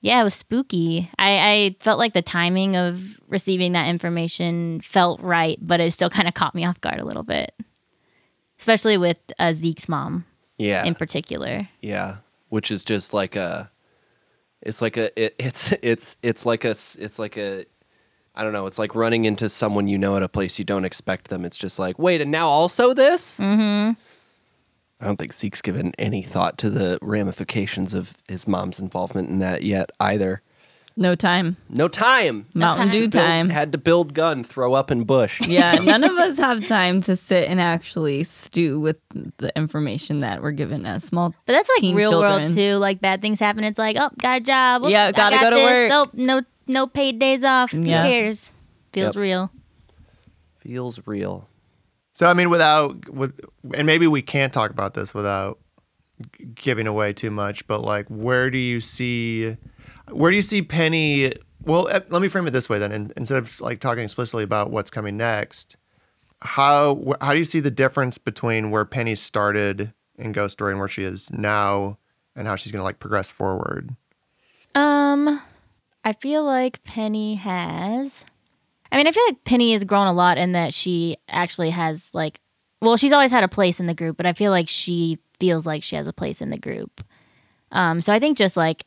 Speaker 3: yeah, it was spooky. I I felt like the timing of receiving that information felt right, but it still kind of caught me off guard a little bit, especially with uh, Zeke's mom
Speaker 2: Yeah.
Speaker 3: in particular.
Speaker 2: Yeah, which is just like a, it's like a, it, it's it's it's like a, s- it's like a, I don't know, it's like running into someone you know at a place you don't expect them. It's just like, wait, and now also this. Mm-hmm. I don't think Zeke's given any thought to the ramifications of his mom's involvement in that yet either.
Speaker 4: No time.
Speaker 2: No time.
Speaker 4: Mountain
Speaker 3: time.
Speaker 4: Dew
Speaker 2: Build-
Speaker 4: time.
Speaker 2: had to build gun, throw up and bush.
Speaker 4: Yeah, none of us have time to sit and actually stew with the information that we're given as small.
Speaker 3: But that's like
Speaker 4: teen
Speaker 3: real
Speaker 4: children.
Speaker 3: world too. Like bad things happen. It's like, oh, got a job. Oh,
Speaker 4: Yeah,
Speaker 3: I
Speaker 4: gotta
Speaker 3: got
Speaker 4: go to
Speaker 3: this.
Speaker 4: work.
Speaker 3: Nope, no, no paid days off.
Speaker 4: Yeah.
Speaker 3: Who cares? Feels
Speaker 2: Yep.
Speaker 3: real.
Speaker 2: Feels real.
Speaker 1: So I mean, without with, and maybe we can't talk about this without g- giving away too much. But like, where do you see, where do you see Penny? Well, eh, let me frame it this way then. In, instead of like talking explicitly about what's coming next, how wh- how do you see the difference between where Penny started in Ghost Story and where she is now, and how she's gonna like progress forward?
Speaker 3: Um, I feel like Penny has. I mean, I feel like Penny has grown a lot in that she actually has like, well, she's always had a place in the group, but I feel like she feels like she has a place in the group. Um, so I think just like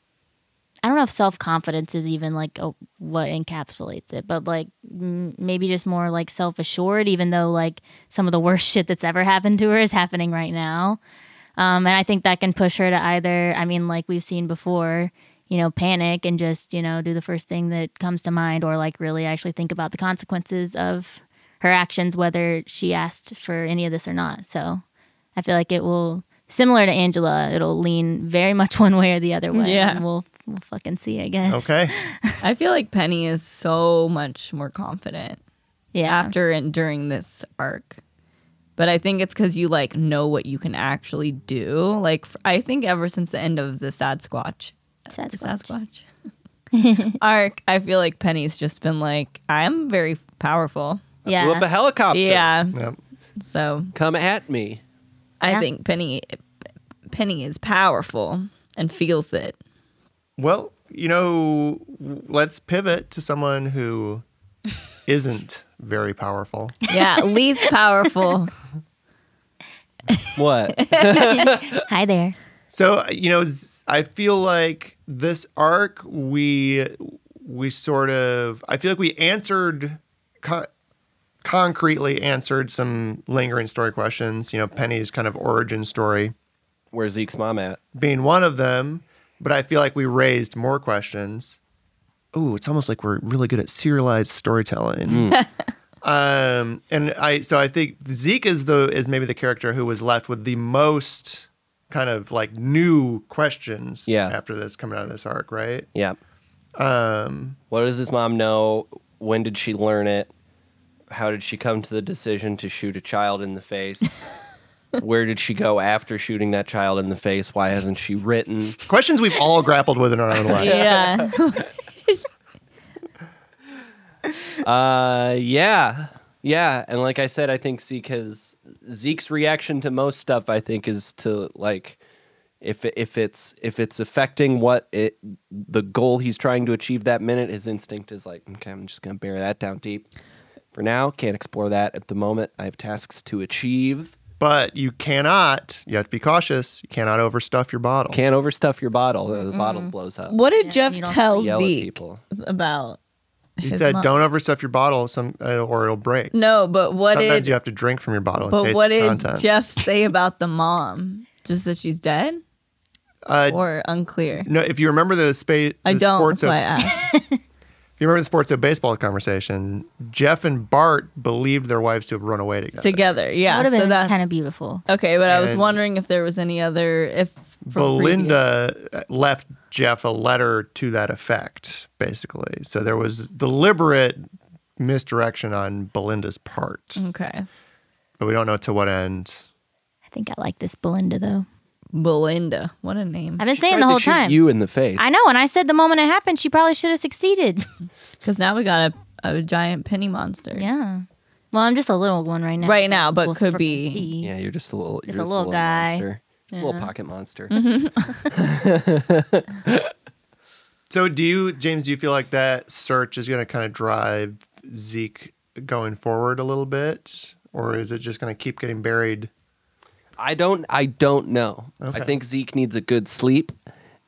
Speaker 3: I don't know if self confidence is even like a, what encapsulates it, but like m- maybe just more like self assured, even though like some of the worst shit that's ever happened to her is happening right now. Um, and I think that can push her to either, I mean, like we've seen before, you know, panic and just, you know, do the first thing that comes to mind or like really actually think about the consequences of her actions, whether she asked for any of this or not. So I feel like it will, similar to Angela, it'll lean very much one way or the other way.
Speaker 4: Yeah.
Speaker 3: And we'll, we'll fucking see, I guess.
Speaker 1: Okay.
Speaker 4: I feel like Penny is so much more confident
Speaker 3: Yeah.
Speaker 4: after and during this arc. But I think it's because you like know what you can actually do. Like f- I think ever since the end of the Sad Squatch,
Speaker 3: Sasquatch.
Speaker 4: the Sasquatch arc, I feel like Penny's just been like, I'm very powerful.
Speaker 3: Yeah.
Speaker 2: Blew up a helicopter.
Speaker 4: Yeah.
Speaker 1: Yep.
Speaker 4: So
Speaker 2: Come at me.
Speaker 4: I
Speaker 3: Yeah.
Speaker 4: think Penny Penny is powerful and feels it.
Speaker 1: Well, you know, let's pivot to someone who isn't very powerful.
Speaker 4: Yeah, least powerful.
Speaker 2: What?
Speaker 3: Hi there.
Speaker 1: So you know, z- I feel like this arc we we sort of I feel like we answered co- concretely answered some lingering story questions. You know, Penny's kind of origin story
Speaker 2: Where's Zeke's mom at?
Speaker 1: being one of them, but I feel like we raised more questions. Ooh, it's almost like we're really good at serialized storytelling.
Speaker 2: Hmm.
Speaker 1: um, and I so I think Zeke is the is maybe the character who was left with the most kind of like new questions
Speaker 2: Yeah.
Speaker 1: after this coming out of this arc, right?
Speaker 2: Yeah. Um, what does his mom know? When did she learn it? How did she come to the decision to shoot a child in the face? Where did she go after shooting that child in the face? Why hasn't she written?
Speaker 1: Questions we've all grappled with in our own life.
Speaker 4: yeah.
Speaker 2: Uh, yeah, yeah. And like I said, I think Zeke has Zeke's reaction to most stuff. I think is to like, if it- if it's if it's affecting what it the goal he's trying to achieve that minute, his instinct is like, okay, I'm just gonna bury that down deep. For now, can't explore that at the moment. I have tasks to achieve.
Speaker 1: But you cannot, you have to be cautious, you cannot overstuff your bottle.
Speaker 2: Can't overstuff your bottle. The
Speaker 3: Mm-hmm.
Speaker 2: bottle blows up.
Speaker 4: What did
Speaker 3: Yeah,
Speaker 4: Jeff
Speaker 3: you don't
Speaker 4: tell
Speaker 2: Yell at
Speaker 4: Zeke
Speaker 2: people.
Speaker 4: about?
Speaker 1: he
Speaker 4: his
Speaker 1: said,
Speaker 4: mom-
Speaker 1: don't overstuff your bottle some, uh, or it'll break.
Speaker 4: No, but what
Speaker 1: Sometimes
Speaker 4: did
Speaker 1: you have to drink from your bottle and
Speaker 4: but
Speaker 1: taste
Speaker 4: what
Speaker 1: its
Speaker 4: did
Speaker 1: contents.
Speaker 4: Jeff say about the mom? Just that she's dead
Speaker 1: Uh,
Speaker 4: or unclear?
Speaker 1: No, if you remember the space,
Speaker 4: I don't.
Speaker 1: Sports
Speaker 4: That's why I
Speaker 1: of,
Speaker 4: asked.
Speaker 1: if you remember the sports of baseball conversation, Jeff and Bart believed their wives to have run away together.
Speaker 4: Together,
Speaker 3: That
Speaker 4: yeah.
Speaker 3: would have
Speaker 4: so
Speaker 3: been
Speaker 4: that's
Speaker 3: kind of beautiful.
Speaker 4: okay. But I was
Speaker 1: And-
Speaker 4: wondering if there was any other if from
Speaker 1: Belinda uh, left Jeff a letter to that effect, basically. So there was deliberate misdirection on Belinda's part,
Speaker 4: previous- Okay,
Speaker 1: but we don't know to what end.
Speaker 3: I think I like this Belinda though.
Speaker 4: Belinda. What a name.
Speaker 3: I've been
Speaker 2: She
Speaker 3: saying
Speaker 2: tried
Speaker 3: the
Speaker 2: to
Speaker 3: whole
Speaker 2: shoot
Speaker 3: time.
Speaker 2: You in the face.
Speaker 3: I know, and I said the moment it happened, she probably should have succeeded.
Speaker 4: Because now we got a, a giant penny monster.
Speaker 3: yeah. Well, I'm just a little one right now.
Speaker 4: Right now, but
Speaker 3: we'll
Speaker 4: could
Speaker 3: fucking
Speaker 4: be-
Speaker 3: see.
Speaker 2: Yeah, you're just a little.
Speaker 3: Just
Speaker 2: you're
Speaker 3: a little guy.
Speaker 2: Monster. Just a little pocket monster.
Speaker 1: So do you, James? Do you feel like that search is going to kind of drive Zeke going forward a little bit, or is it just going to keep getting buried?
Speaker 2: I don't. I don't know.
Speaker 1: Okay.
Speaker 2: I think Zeke needs a good sleep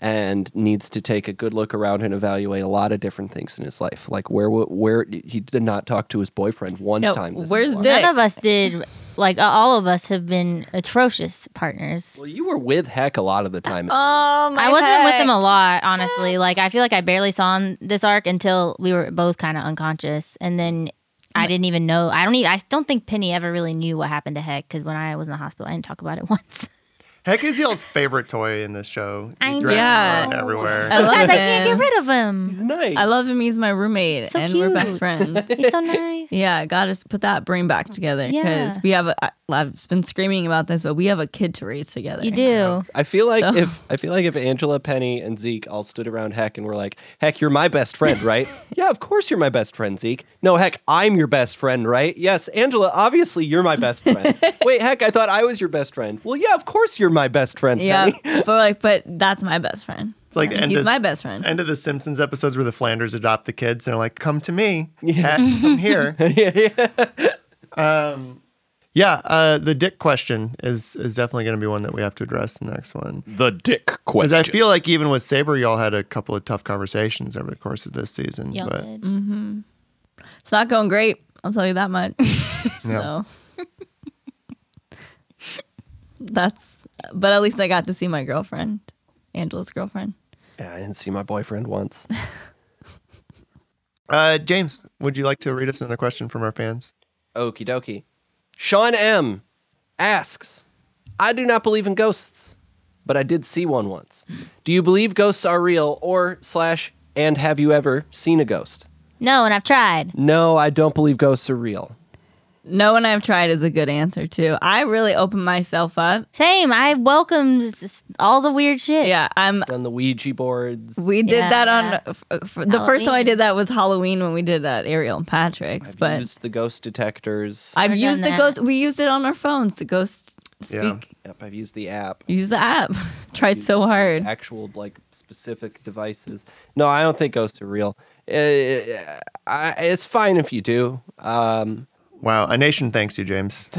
Speaker 2: and needs to take a good look around and evaluate a lot of different things in his life. Like where wa- where he did not talk to his boyfriend one
Speaker 4: No,
Speaker 2: time. this
Speaker 4: where's
Speaker 2: entire-
Speaker 4: Dick?
Speaker 3: None of us did. Like uh, all of us have been atrocious partners.
Speaker 2: Well, you were with Heck a lot of the time.
Speaker 4: Oh my
Speaker 3: I wasn't with
Speaker 4: heck.
Speaker 3: him a lot, honestly. Like I feel like I barely saw him this arc until we were both kind of unconscious, and then I didn't even know. I don't even. I don't think Penny ever really knew what happened to Heck because when I was in the hospital, I didn't talk about it once.
Speaker 1: Heck is y'all's favorite toy in this show.
Speaker 3: I
Speaker 1: You drag him
Speaker 4: know.
Speaker 1: around everywhere.
Speaker 4: I love
Speaker 3: Guys,
Speaker 4: him.
Speaker 3: I can't get rid of him.
Speaker 2: He's nice.
Speaker 4: I love him. He's my roommate,
Speaker 3: So
Speaker 4: and we're best
Speaker 3: cute.
Speaker 4: friends.
Speaker 3: He's so nice.
Speaker 4: Yeah, got to put that brain back together because
Speaker 3: Yeah.
Speaker 4: we have. A, I- I've been screaming about this, but we have a kid to raise together.
Speaker 3: You do.
Speaker 2: I feel like
Speaker 4: So-
Speaker 2: if I feel like if Angela, Penny, and Zeke all stood around Heck and were like, "Heck, you're my best friend, right? yeah, of course you're my best friend, Zeke. No, heck, I'm your best friend, right? Yes, Angela, obviously you're my best friend. Wait, heck, I thought I was your best friend. Well, yeah, of course you're my best friend.
Speaker 4: Yeah,
Speaker 2: Penny.
Speaker 4: but like, but that's my best friend.
Speaker 1: It's like end
Speaker 4: He's
Speaker 1: of,
Speaker 4: my best friend.
Speaker 1: End of the Simpsons episodes where the Flanders adopt the kids and are like, "Come to me, Cat, come here." um, Yeah, uh, the dick question is is definitely going to be one that we have to address in the next one.
Speaker 5: The dick
Speaker 1: Because
Speaker 5: question.
Speaker 1: I feel like even with Saber, y'all had a couple of tough conversations over the course of this season.
Speaker 3: Y'all
Speaker 1: but
Speaker 3: good?
Speaker 4: Mm. It's not going great. I'll tell you that much. so that's. But at least I got to see my girlfriend, Angela's girlfriend.
Speaker 2: Yeah, I didn't see my boyfriend once.
Speaker 1: uh, James, would you like to read us another question from our fans?
Speaker 2: Okie dokie. Sean M asks, I do not believe in ghosts, but I did see one once. Do you believe ghosts are real or slash and have you ever seen a ghost?
Speaker 3: No, and I've tried.
Speaker 2: No, I don't believe ghosts are real.
Speaker 4: No one I've tried is a good answer too. I really open myself up.
Speaker 3: Same. I welcomed s- all the weird shit.
Speaker 4: Yeah, I'm.
Speaker 2: Done the Ouija boards.
Speaker 4: We did
Speaker 3: Yeah,
Speaker 4: that on
Speaker 3: yeah.
Speaker 4: f- f- the first time I
Speaker 3: Halloween.
Speaker 4: did that was Halloween when we did that Ariel and Patrick's.
Speaker 2: I've
Speaker 4: but
Speaker 2: used the ghost detectors.
Speaker 4: I've
Speaker 3: Never
Speaker 4: used
Speaker 3: done
Speaker 4: the
Speaker 3: that.
Speaker 4: ghost. We used it on our phones. The ghost speak.
Speaker 1: Yeah.
Speaker 2: yep, I've used the app.
Speaker 4: Use the app. Tried
Speaker 2: Used-
Speaker 4: so
Speaker 2: used
Speaker 4: hard.
Speaker 2: Actual like specific devices. No, I don't think ghosts are real. Uh, I, it's fine if you do. Um,
Speaker 1: Wow, a nation thanks you, James.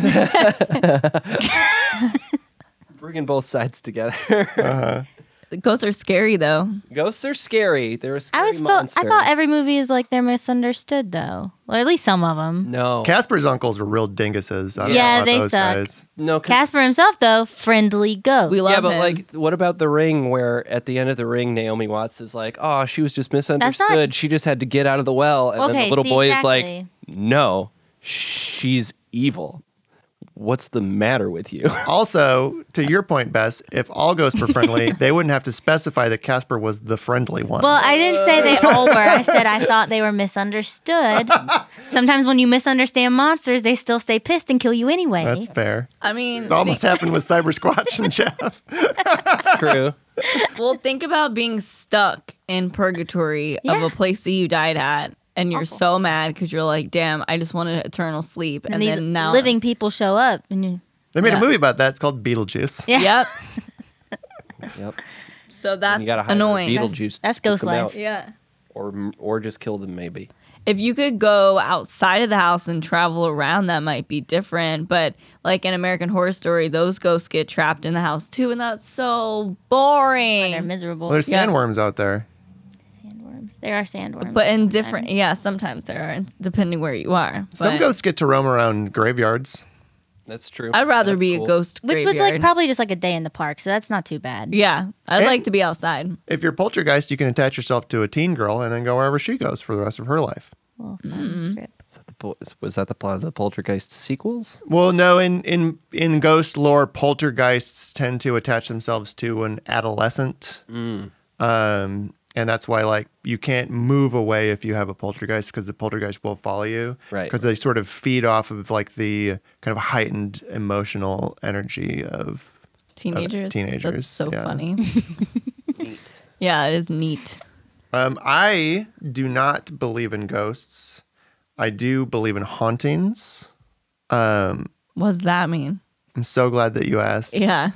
Speaker 2: bringing both sides together.
Speaker 4: Ghosts are scary though.
Speaker 2: Ghosts are scary. They're a scary
Speaker 3: I always felt.
Speaker 2: monster.
Speaker 3: I thought every movie is like they're misunderstood though, or at least some of them.
Speaker 2: no,
Speaker 1: Casper's uncles were real dinguses. I don't
Speaker 3: Yeah,
Speaker 1: know about
Speaker 3: they
Speaker 1: those
Speaker 3: suck.
Speaker 1: guys.
Speaker 2: no. 'cause-
Speaker 3: Casper himself though, friendly ghost.
Speaker 4: We love
Speaker 2: yeah, but
Speaker 4: him.
Speaker 2: like, what about the ring? Where at the end of the ring, Naomi Watts is like, "Oh, she was just
Speaker 3: not-
Speaker 2: misunderstood. she just had to get out of the well." And then
Speaker 3: Okay,
Speaker 2: the little
Speaker 3: see,
Speaker 2: boy is
Speaker 3: exactly.
Speaker 2: like, "No, she's evil. What's the matter with you?"
Speaker 1: Also, to your point, Bess, if all ghosts were friendly, they wouldn't have to specify that Casper was the friendly one.
Speaker 3: Well, I didn't say they all were. I said I thought they were misunderstood. Sometimes when you misunderstand monsters, they still stay pissed and kill you anyway.
Speaker 1: That's fair.
Speaker 4: I mean,
Speaker 1: It almost happened with Cyber Squatch and Jeff.
Speaker 2: It's true.
Speaker 4: Well, think about being stuck in purgatory of
Speaker 3: Yeah.
Speaker 4: a place that you died at, and you're so mad because you're like, "Damn, I just wanted eternal sleep," and,
Speaker 3: and, these
Speaker 4: then now
Speaker 3: living people show up and you,
Speaker 1: They made
Speaker 4: Yeah.
Speaker 1: a movie about that. It's called Beetlejuice.
Speaker 3: yeah,
Speaker 4: Yep.
Speaker 2: Yep.
Speaker 4: So
Speaker 2: And
Speaker 4: that's
Speaker 2: you gotta hide
Speaker 4: annoying.
Speaker 2: the Beetlejuice.
Speaker 3: That's- that's
Speaker 2: to keep
Speaker 3: ghost
Speaker 2: them
Speaker 3: life.
Speaker 2: out.
Speaker 4: Yeah.
Speaker 2: Or or just kill them maybe.
Speaker 4: If you could go outside of the house and travel around, that might be different. But like in American Horror Story, those ghosts get trapped in the house too, and that's so
Speaker 3: they're
Speaker 4: boring.
Speaker 3: miserable.
Speaker 1: Well, there's
Speaker 4: Yeah.
Speaker 1: sandworms out there.
Speaker 3: sandworms. There are sandworms.
Speaker 4: But in different, yeah, sometimes there are, depending where you are.
Speaker 1: Some
Speaker 4: But
Speaker 1: ghosts get to roam around graveyards.
Speaker 2: That's true.
Speaker 4: I'd rather
Speaker 2: That's
Speaker 4: be
Speaker 2: cool.
Speaker 4: a ghost,
Speaker 3: which was like
Speaker 4: graveyard.
Speaker 3: probably just like a day in the park, so that's not too bad.
Speaker 4: Yeah, I'd
Speaker 1: And-
Speaker 4: like to be outside.
Speaker 1: If you're poltergeist, you can attach yourself to a teen girl and then go wherever she goes for the rest of her life.
Speaker 3: Well, fun trip.
Speaker 2: Is that the pol- Was that the plot of the Poltergeist sequels?
Speaker 1: Well, no, in in in ghost lore, poltergeists tend to attach themselves to an adolescent, um, and that's why like you can't move away if you have a poltergeist because the poltergeist will follow you,
Speaker 2: Right.
Speaker 1: Because they sort of feed off of like the kind of heightened emotional energy of
Speaker 4: teenagers.
Speaker 1: Uh, teenagers,
Speaker 4: That's so
Speaker 1: yeah.
Speaker 4: funny. yeah, it is neat.
Speaker 1: Um, I do not believe in ghosts. I do believe in hauntings.
Speaker 4: What does that mean?
Speaker 1: I'm so glad that you asked.
Speaker 4: Yeah.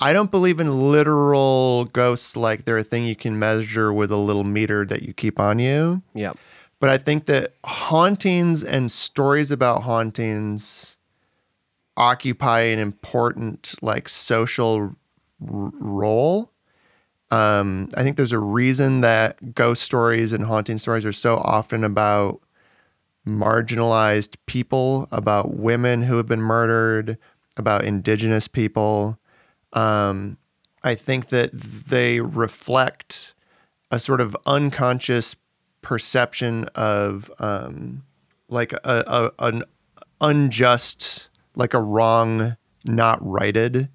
Speaker 1: I don't believe in literal ghosts like they're a thing you can measure with a little meter that you keep on you.
Speaker 2: Yep.
Speaker 1: But I think that hauntings and stories about hauntings occupy an important like social r- role. Um, I think there's a reason that ghost stories and haunting stories are so often about marginalized people, about women who have been murdered, about indigenous people. Um, I think that they reflect a sort of unconscious perception of um, like a, a an unjust, like a wrong not righted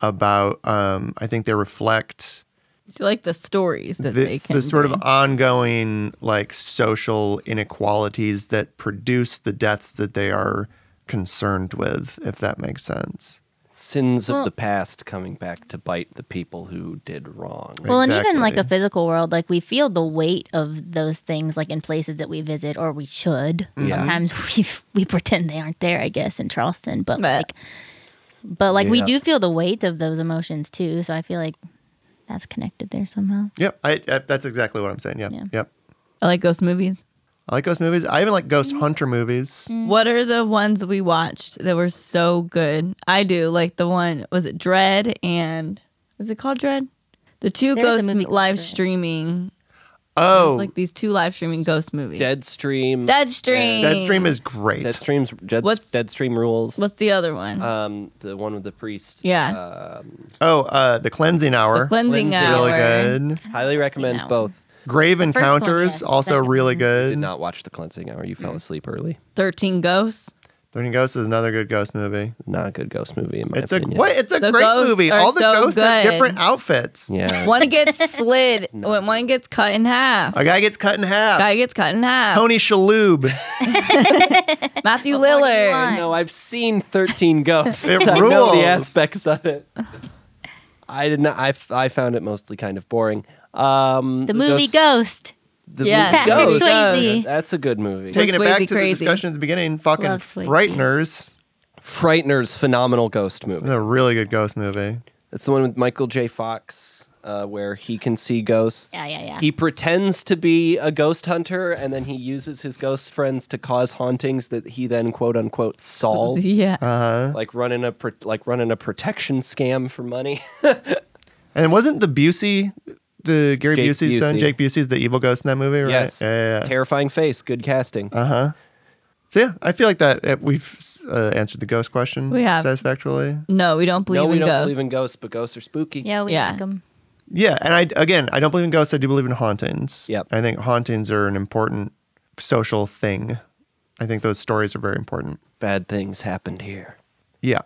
Speaker 1: about. Um, I think they reflect
Speaker 4: So like the stories that they
Speaker 1: this,
Speaker 4: can
Speaker 1: this sort of ongoing like social inequalities that produce the deaths that they are concerned with, if that makes sense.
Speaker 2: sins
Speaker 3: Well-
Speaker 2: of the past coming back to bite the people who did wrong.
Speaker 3: Well, and even like a
Speaker 1: Exactly.
Speaker 3: physical world, like we feel the weight of those things, like in places that we visit, or we should.
Speaker 2: Yeah.
Speaker 3: Sometimes we we pretend they aren't there. I guess in Charleston, but
Speaker 4: But-
Speaker 3: like, but like we
Speaker 2: Yeah.
Speaker 3: do feel the weight of those emotions too. So I feel like that's connected there somehow.
Speaker 1: Yep, I, I, that's exactly what I'm saying. Yep,
Speaker 3: Yeah.
Speaker 1: yep.
Speaker 4: I like ghost movies.
Speaker 1: I like ghost movies. I even like ghost
Speaker 4: Mm.
Speaker 1: hunter movies.
Speaker 4: What are the ones we watched that were so good? I do like the one was it Dread and is it called Dread? The two
Speaker 3: There's a
Speaker 4: ghost
Speaker 3: movie called
Speaker 4: live
Speaker 3: Dread.
Speaker 4: streaming.
Speaker 1: Oh,
Speaker 4: It's like these two live streaming ghost movies.
Speaker 2: Deadstream.
Speaker 4: Deadstream.
Speaker 1: Deadstream is great.
Speaker 2: Deadstream's Dead,
Speaker 4: What's-
Speaker 2: Deadstream rules.
Speaker 4: What's the other one?
Speaker 2: um, the one with the priest.
Speaker 4: Yeah.
Speaker 2: Um,
Speaker 1: oh, uh, the cleansing hour.
Speaker 4: the cleansing
Speaker 2: Lindsay.
Speaker 4: hour.
Speaker 1: really good.
Speaker 2: highly recommend
Speaker 3: that one.
Speaker 2: both.
Speaker 1: Grave
Speaker 3: one,
Speaker 1: encounters
Speaker 3: yes.
Speaker 1: also
Speaker 3: Second
Speaker 1: really
Speaker 3: one.
Speaker 1: good.
Speaker 2: Did not watch the cleansing hour. You
Speaker 3: Mm.
Speaker 2: fell asleep early.
Speaker 4: Thirteen Ghosts.
Speaker 1: Burning Ghost is another good ghost movie.
Speaker 2: Not a good ghost movie in my
Speaker 1: It's a
Speaker 2: opinion.
Speaker 1: what? It's a
Speaker 4: The
Speaker 1: great
Speaker 4: ghosts
Speaker 1: movie.
Speaker 4: are
Speaker 1: All the
Speaker 4: so
Speaker 1: ghosts have
Speaker 4: good.
Speaker 1: different outfits.
Speaker 2: Yeah.
Speaker 4: One gets slid.
Speaker 2: not
Speaker 4: when one gets cut in half.
Speaker 1: A guy gets cut in half.
Speaker 4: Guy gets cut in half.
Speaker 1: Tony Shalhoub.
Speaker 4: Matthew
Speaker 3: What more do you
Speaker 4: Lillard.
Speaker 3: want?
Speaker 2: No, I've seen 13 Ghosts.
Speaker 1: It
Speaker 2: I know
Speaker 1: rules.
Speaker 2: the aspects of it. I did not. I, I found it mostly kind of boring. Um,
Speaker 3: The movie
Speaker 2: Ghost.
Speaker 3: Ghost.
Speaker 2: The
Speaker 4: Yeah,
Speaker 2: movie
Speaker 4: Patrick
Speaker 2: Ghost.
Speaker 3: Swayze.
Speaker 2: That's a good movie.
Speaker 1: Taking it
Speaker 4: Swayze
Speaker 1: back to
Speaker 4: crazy.
Speaker 1: the discussion at the beginning, fucking
Speaker 3: Love Swayze.
Speaker 1: Frighteners.
Speaker 2: Frighteners, phenomenal ghost movie.
Speaker 1: That's a really good ghost movie.
Speaker 2: It's the one with Michael J. Fox, uh, where he can see ghosts.
Speaker 3: Yeah, yeah, yeah.
Speaker 2: He pretends to be a ghost hunter, and then he uses his ghost friends to cause hauntings that he then quote unquote solves.
Speaker 4: Yeah.
Speaker 1: Uh huh.
Speaker 2: Like running a pro- like running a protection scam for money.
Speaker 1: And wasn't the Busey, the Gary
Speaker 2: Jake
Speaker 1: Busey's son,
Speaker 2: Busey.
Speaker 1: Jake Busey's the evil ghost in that movie, right?
Speaker 2: Yes,
Speaker 1: Yeah.
Speaker 2: terrifying face, good casting.
Speaker 1: Uh huh. So yeah, I feel like that uh, we've uh, answered the ghost question
Speaker 4: We have.
Speaker 1: satisfactorily.
Speaker 4: No, we don't believe
Speaker 2: no, we
Speaker 4: in
Speaker 2: don't
Speaker 4: ghosts.
Speaker 2: believe in ghosts, but ghosts are spooky.
Speaker 3: Yeah, we
Speaker 4: Yeah.
Speaker 3: like 'em.
Speaker 1: Yeah, and I again, I don't believe in ghosts. I do believe in hauntings.
Speaker 2: Yep.
Speaker 1: I think hauntings are an important social thing. I think those stories are very important.
Speaker 2: Bad things happened here.
Speaker 1: Yeah.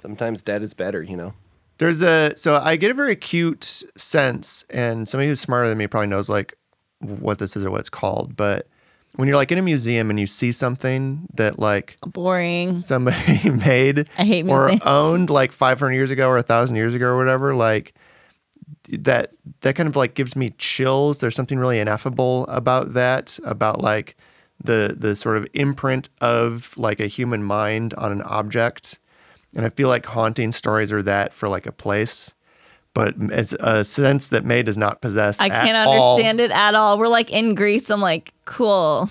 Speaker 2: Sometimes dead is better, you know.
Speaker 1: There's a so I get a very acute sense, and somebody who's smarter than me probably knows like what this is or what it's called. But when you're like in a museum and you see something that like
Speaker 4: Boring.
Speaker 1: somebody made
Speaker 4: I hate
Speaker 1: or
Speaker 4: museums.
Speaker 1: owned like 500 years ago or 1000 years ago or whatever like that that kind of like gives me chills there's something really ineffable about that about like the the sort of imprint of like a human mind on an object and i feel like haunting stories are that for like a place but it's a sense that May does not possess.
Speaker 4: I can't understand it at all. We're like in Greece. I'm like, cool.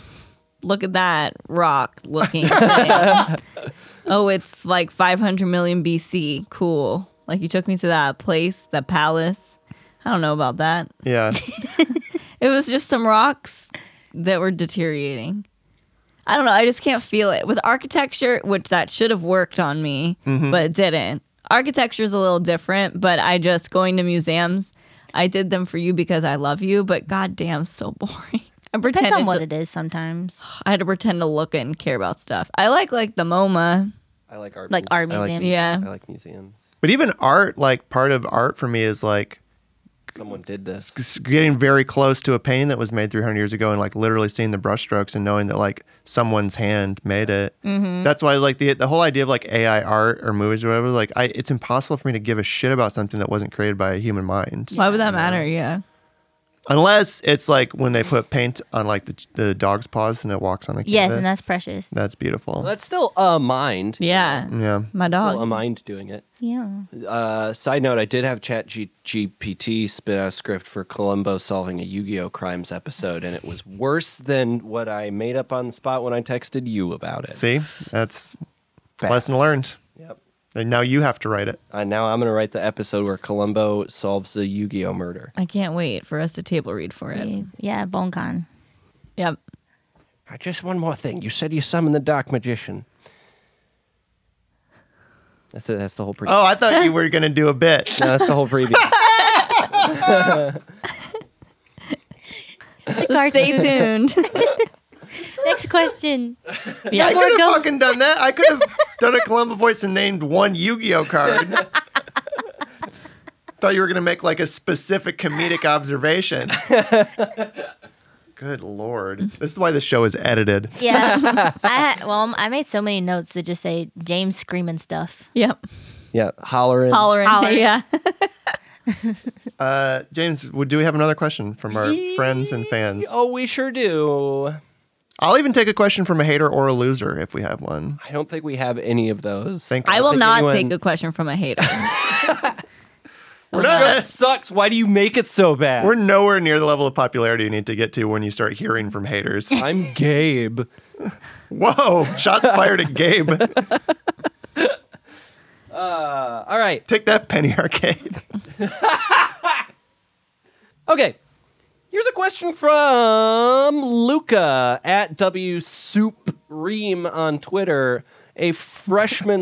Speaker 4: Look at that rock looking. thing. oh, it's like 500 million BC. Cool. Like you took me to that place, that palace. I don't know about that.
Speaker 1: it. Yeah.
Speaker 4: It was just some rocks that were deteriorating. I don't know. I just can't feel it. With architecture, which that should have worked on me, but it didn't. Architecture is a little different, but I just going to museums, I did them for you because I love you, but goddamn, so boring. I
Speaker 3: Depends on
Speaker 4: pretended
Speaker 3: what
Speaker 4: to,
Speaker 3: it is sometimes.
Speaker 4: I had to pretend to look and care about stuff. I like like the MoMA.
Speaker 2: I like art.
Speaker 3: Like art
Speaker 2: I
Speaker 3: museum.
Speaker 4: Yeah.
Speaker 2: I like museums.
Speaker 1: but even art, like part of art for me is like
Speaker 2: Someone did this.
Speaker 1: s- getting very close to a painting that was made 300 years ago and like literally seeing the brushstrokes and knowing that like someone's hand made it.
Speaker 3: Mm-hmm.
Speaker 1: That's why like the the whole idea of like AI art or movies or whatever like I it's impossible for me to give a shit about something that wasn't created by a human mind.
Speaker 4: Why would that matter? Yeah.
Speaker 1: Unless it's like when they put paint on like the, the dog's paws and it walks on the canvas.
Speaker 3: Yes, and that's precious.
Speaker 1: that's beautiful.
Speaker 2: That's still a mind.
Speaker 4: Yeah.
Speaker 1: yeah.
Speaker 4: My
Speaker 2: Still a
Speaker 4: dog.
Speaker 2: mind doing it.
Speaker 3: yeah.
Speaker 2: Uh, side note: I did have Chat G- GPT spit out a script for Columbo solving a Yu-Gi-Oh crimes episode, and it was worse than what I made up on the spot when I texted you about it.
Speaker 1: See? That's
Speaker 2: Bad.
Speaker 1: lesson learned.
Speaker 2: Yep.
Speaker 1: And now you have to write it.
Speaker 2: And now I'm going to write the episode where Columbo solves a Yu-Gi-Oh murder.
Speaker 4: I can't wait for us to table read for it.
Speaker 3: Yeah, Boncon.
Speaker 4: Yep.
Speaker 2: Uh, Just one more thing. You said you summoned the Dark Magician. That's it. That's the whole preview.
Speaker 1: Oh, I thought you were going to do a bit.
Speaker 2: No, that's the whole preview.
Speaker 4: So stay tuned.
Speaker 3: Next question.
Speaker 4: Yeah.
Speaker 1: I
Speaker 3: More
Speaker 1: could have
Speaker 3: ghosts.
Speaker 1: fucking done that. I could have done a Columbo voice and named one Yu-Gi-Oh card. Thought you were gonna make like a specific comedic observation. Good lord, this is why this show is edited.
Speaker 3: Yeah. I ha- well, I made so many notes that just say James screaming stuff.
Speaker 4: Yep.
Speaker 2: yeah, hollering.
Speaker 4: Hollering.
Speaker 3: Hollering.
Speaker 4: Yeah.
Speaker 1: Uh, James, w- do we have another question from our friends and fans?
Speaker 2: Oh, we sure do.
Speaker 1: I'll even take a question from a hater or a loser if we have one.
Speaker 2: I don't think we have any of those.
Speaker 1: Thank
Speaker 4: I will
Speaker 2: think
Speaker 4: not
Speaker 2: anyone-
Speaker 4: take a question from a hater.
Speaker 1: We're
Speaker 2: That
Speaker 1: not.
Speaker 2: sucks. Why do you make it so bad?
Speaker 1: We're nowhere near the level of popularity you need to get to when you start hearing from haters.
Speaker 2: I'm Gabe.
Speaker 1: Whoa! Shots fired at Gabe.
Speaker 2: Uh, all right.
Speaker 1: Take that, Penny Arcade.
Speaker 2: Okay. Here's a question from Luca at W Soup Ream on Twitter, a freshman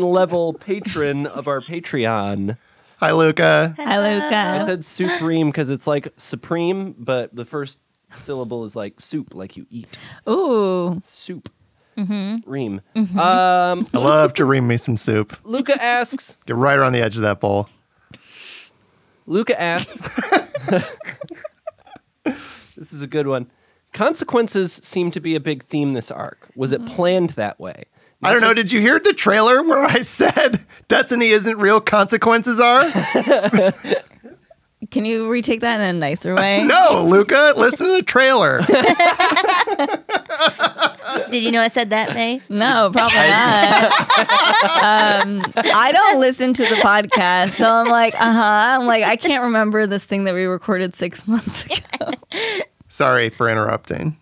Speaker 2: level patron of our Patreon.
Speaker 1: Hi, Luca.
Speaker 4: Hi,
Speaker 2: I
Speaker 4: Luca.
Speaker 2: said supreme because it's like supreme, but the first syllable is like soup, like you eat
Speaker 4: Ooh.
Speaker 2: soup. Mm-hmm. Ream. Um,
Speaker 1: I love to ream me some soup.
Speaker 2: Luca asks.
Speaker 1: Get right around the edge of that bowl.
Speaker 2: Luca asks. this is a good one. Consequences seem to be a big theme this arc. Was it planned that way?
Speaker 1: I don't know. Did you hear the trailer where I said destiny isn't real, consequences are?
Speaker 4: Can you retake that in a nicer way?
Speaker 1: No, Luca, listen to the trailer.
Speaker 3: Did you know I said that, May?
Speaker 4: No, probably not. um, I don't listen to the podcast, so I'm like, uh huh. I'm like, I can't remember this thing that we recorded six months ago.
Speaker 1: Sorry for interrupting.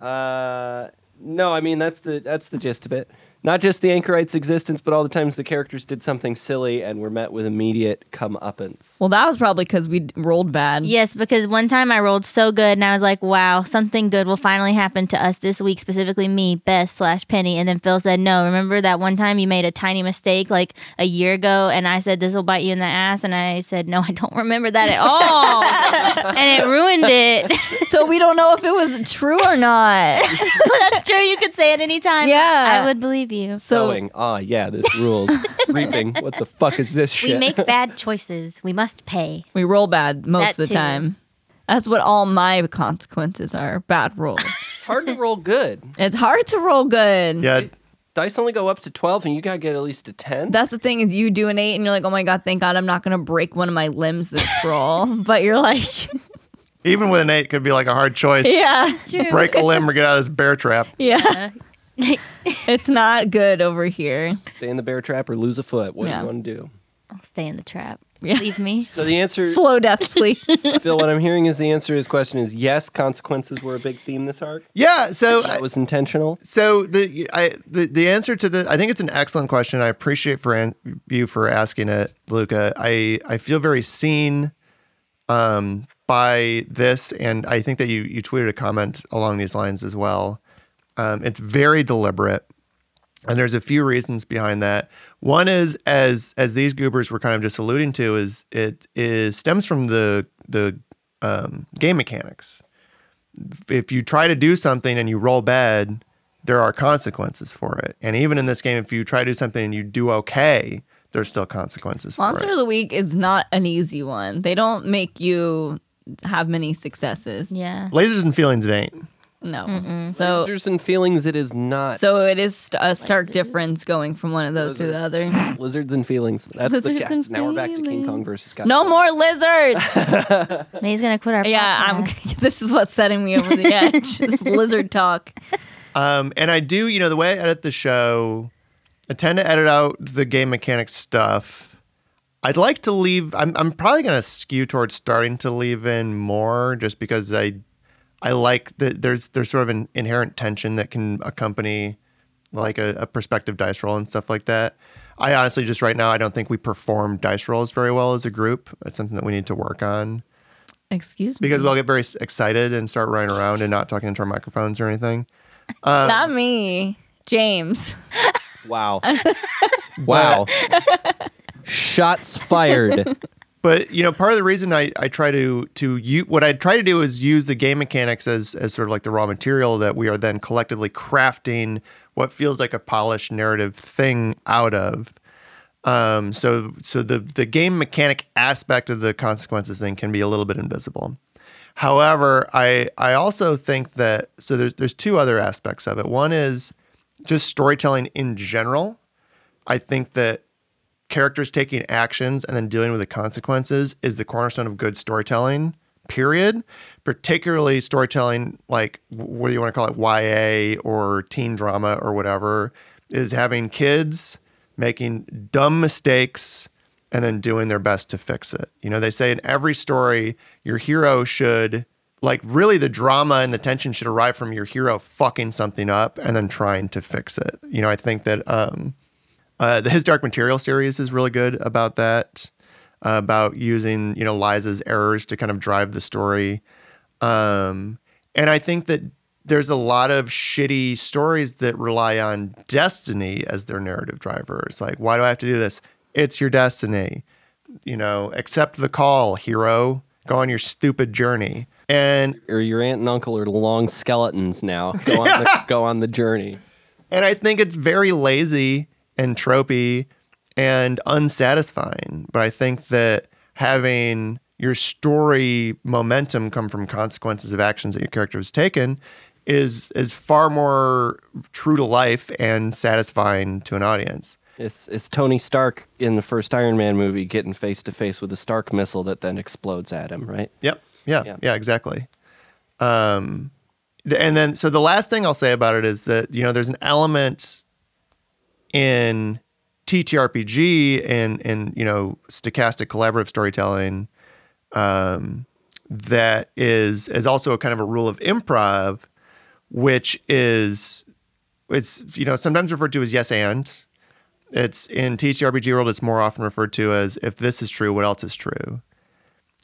Speaker 2: Uh, no, I mean that's the that's the gist of it. Not just the anchorite's existence, but all the times the characters did something silly and were met with immediate comeuppance.
Speaker 4: Well, that was probably because we d- rolled bad.
Speaker 3: Yes, because one time I rolled so good and I was like, wow, something good will finally happen to us this week, specifically me, Bess slash Penny. And then Phil said, no, remember that one time you made a tiny mistake like a year ago and I said, this will bite you in the ass. And I said, no, I don't remember that at all. and it ruined it.
Speaker 4: So we don't know if it was true or not.
Speaker 3: That's true. You could say it anytime.
Speaker 4: Yeah.
Speaker 3: I would believe you.
Speaker 4: So
Speaker 2: Sowing, ah, yeah, this rules. Reaping, what the fuck is this shit?
Speaker 3: We make bad choices. We must pay.
Speaker 4: we roll bad most
Speaker 3: That
Speaker 4: of the
Speaker 3: too.
Speaker 4: time. That's what all my consequences are bad rolls.
Speaker 2: it's hard to roll good.
Speaker 4: it's hard to roll good.
Speaker 1: Yeah,
Speaker 2: Dice only go up to twelve, and you gotta get at least a ten.
Speaker 4: That's the thing is you do an eight and you're like, oh my god, thank God I'm not gonna break one of my limbs this roll. But you're like,
Speaker 1: even with an eight, could be like a hard choice.
Speaker 4: yeah,
Speaker 3: True.
Speaker 1: Break a limb or get out of this bear trap.
Speaker 4: yeah. it's not good over here.
Speaker 2: Stay in the bear trap or lose a foot. What do
Speaker 4: Yeah.
Speaker 2: you want to do?
Speaker 3: I'll stay in the trap.
Speaker 4: Yeah.
Speaker 3: Leave me.
Speaker 2: So the answer,
Speaker 4: Slow death, please.
Speaker 2: Phil, what I'm hearing is the answer to his question is yes. Consequences were a big theme this arc.
Speaker 1: Yeah, so uh,
Speaker 2: That was intentional.
Speaker 1: so the I the, the answer to the I think it's an excellent question. I appreciate for an, you for asking it, Luca. I I feel very seen um by this and I think that you you tweeted a comment along these lines as well. Um it's very deliberate. And there's a few reasons behind that. One is as as these goobers were kind of just alluding to is it is stems from the the um, game mechanics if you try to do something and you roll bad, there are consequences for it. And even in this game, if you try to do something and you do okay, there's still consequences
Speaker 4: Monster
Speaker 1: for
Speaker 4: of
Speaker 1: it.
Speaker 4: the week is not an easy one. They don't make you have many successes.
Speaker 3: Yeah.
Speaker 1: Lasers and feelings it ain't.
Speaker 4: No. So
Speaker 2: Losers and feelings, it is not.
Speaker 4: so it is st- a stark difference going from one of those to the other.
Speaker 2: Lizards and feelings. That's the
Speaker 4: Lizards
Speaker 2: cats.
Speaker 4: and
Speaker 2: now we're back to King
Speaker 4: feelings.
Speaker 2: Kong versus God.
Speaker 4: No more lizards.
Speaker 3: May's gonna quit our
Speaker 4: yeah, I'm.
Speaker 3: podcast.
Speaker 4: This is what's setting me over the edge. this lizard talk.
Speaker 1: Um, and I do, you know, the way I edit the show, I tend to edit out the game mechanics stuff. I'd like to leave. I'm, I'm probably going to skew towards starting to leave in more, just because I, I like that there's there's sort of an inherent tension that can accompany, like a, a prospective dice roll and stuff like that. I honestly just right now I don't think we perform dice rolls very well as a group. That's something that we need to work on
Speaker 4: Excuse me.
Speaker 1: because we'll get very s- excited and start running around and not talking into our microphones or anything.
Speaker 4: Not me, James.
Speaker 2: Wow. wow. Shots fired.
Speaker 1: but you know part of the reason i, I try to to u- what i try to do is use the game mechanics as as sort of like the raw material that we are then collectively crafting what feels like a polished narrative thing out of um so so the the game mechanic aspect of the consequences thing can be a little bit invisible however i i also think that so there's there's two other aspects of it one is just storytelling in general i think that characters taking actions and then dealing with the consequences is the cornerstone of good storytelling period particularly storytelling like wh- what do you want to call it ya or teen drama or whatever is having kids making dumb mistakes and then doing their best to fix it. You know, they say in every story, your hero should, like, really the drama and the tension should arrive from your hero fucking something up and then trying to fix it. You know, I think that um, uh, the His Dark Material series is really good about that, uh, about using, you know, Liza's errors to kind of drive the story. Um, and I think that there's a lot of shitty stories that rely on destiny as their narrative driver. It's like, why do I have to do this? It's your destiny. You know, accept the call, hero. Go on your stupid journey. And
Speaker 2: Or your aunt and uncle are long skeletons now. Go on, the, go on the journey.
Speaker 1: and I think it's very lazy and tropey and unsatisfying. But I think that having your story momentum come from consequences of actions that your character has taken is is far more true to life and satisfying to an audience.
Speaker 2: It's, it's Tony Stark in the first Iron Man movie getting face to face with a Stark missile that then explodes at him, right?
Speaker 1: Yep. Yeah.
Speaker 2: Yeah.
Speaker 1: Yeah. exactly. Um, th- and then, so the last thing I'll say about it is that you know there's an element in TTRPG and and you know stochastic collaborative storytelling um, that is is also a kind of a rule of improv, which is it's you know sometimes referred to as yes and. It's in TTRPG world. It's more often referred to as if this is true, what else is true?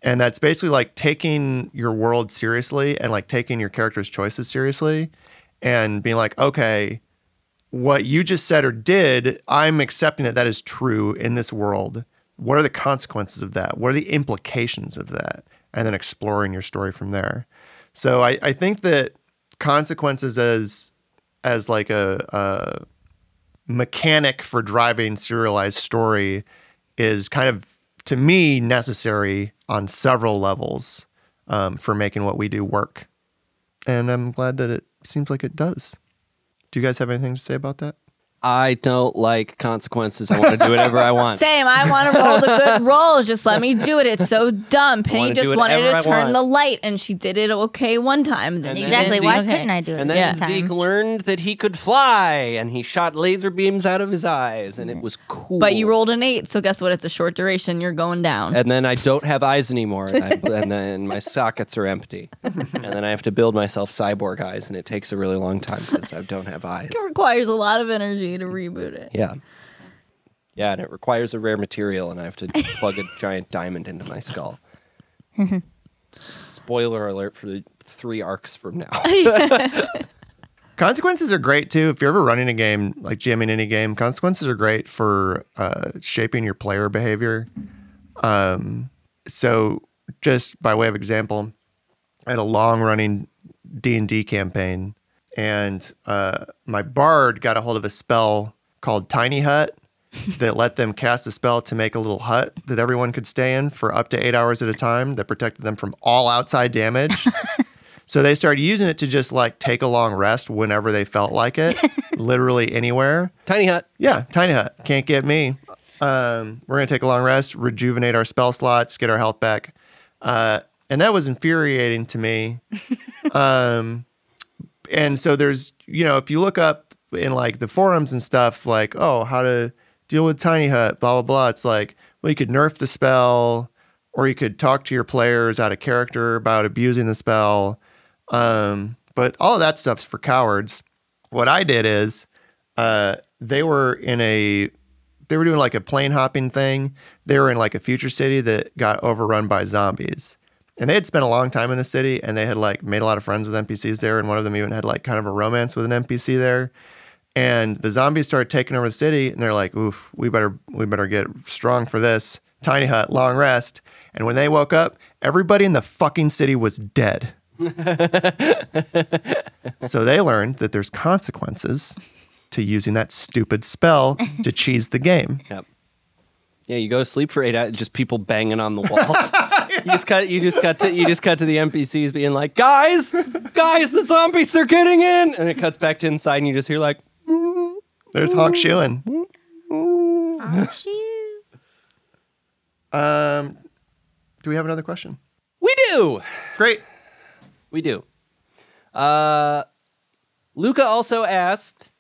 Speaker 1: and that's basically like taking your world seriously and like taking your character's choices seriously and being like okay what you just said or did i'm accepting that that is true in this world what are the consequences of that what are the implications of that and then exploring your story from there so i, I think that consequences as as like a, a mechanic for driving serialized story is kind of to me necessary on several levels um, for making what we do work and i'm glad that it seems like it does do you guys have anything to say about that
Speaker 2: I don't like consequences. I want to do whatever I want.
Speaker 4: Same. I want to roll the good rolls. Just let me do it. It's so dumb. Penny
Speaker 2: wanna
Speaker 4: just
Speaker 2: do
Speaker 4: wanted
Speaker 2: whatever
Speaker 4: to
Speaker 2: I
Speaker 4: turn
Speaker 2: want.
Speaker 4: the light, and she did it okay one time. Then she
Speaker 3: Exactly.
Speaker 4: didn't do
Speaker 3: Why
Speaker 4: okay.
Speaker 3: couldn't I do it?
Speaker 2: And
Speaker 3: the
Speaker 2: then
Speaker 3: second time?
Speaker 2: Zeke learned that he could fly, and he shot laser beams out of his eyes, and it was cool.
Speaker 4: But you rolled an eight, so guess what? It's a short duration. You're going down.
Speaker 2: And then I don't have eyes anymore, and, I, and then my sockets are empty. And then I have to build myself cyborg eyes, and it takes a really long time because I don't have eyes.
Speaker 4: it requires a lot of energy to reboot it.
Speaker 2: Yeah. Yeah, and it requires a rare material, and I have to plug a giant diamond into my skull. Spoiler alert for the three arcs from now.
Speaker 1: consequences are great too if you're ever running a game like jamming any game consequences are great for uh, shaping your player behavior um, so just by way of example i had a long running d&d campaign and uh, my bard got a hold of a spell called tiny hut that let them cast a spell to make a little hut that everyone could stay in for up to eight hours at a time that protected them from all outside damage So they started using it to just like take a long rest whenever they felt like it, literally anywhere.
Speaker 2: Tiny Hut.
Speaker 1: Yeah, tiny hut can't get me. Um, we're gonna take a long rest, rejuvenate our spell slots, get our health back, uh, and that was infuriating to me. um, and so there's you know if you look up in like the forums and stuff like oh how to deal with tiny hut blah blah blah it's like well you could nerf the spell or you could talk to your players out of character about abusing the spell um, but all of that stuff's for cowards what i did is uh, they were in a they were doing like a plane hopping thing. They were in like a future city that got overrun by zombies. And they had spent a long time in the city and they had like made a lot of friends with NPCs there and one of them even had like kind of a romance with an NPC there. And the zombies started taking over the city and they're like, "Oof, we better we better get strong for this." Tiny hut, long rest. And when they woke up, everybody in the fucking city was dead. so they learned that there's consequences to using that stupid spell to cheese the game.
Speaker 2: Yep. Yeah, you go to sleep for eight hours. Just people banging on the walls. You just cut. You just cut to. You just cut to the NPCs being like, "Guys, guys, the zombies, they're getting in!" And it cuts back to inside, and you just hear like,
Speaker 1: There's Honk Shilin.
Speaker 3: Oh, shoot.
Speaker 1: Um, do we have another question?
Speaker 2: "We do,
Speaker 1: Great.
Speaker 2: we do." Uh, Luca also asked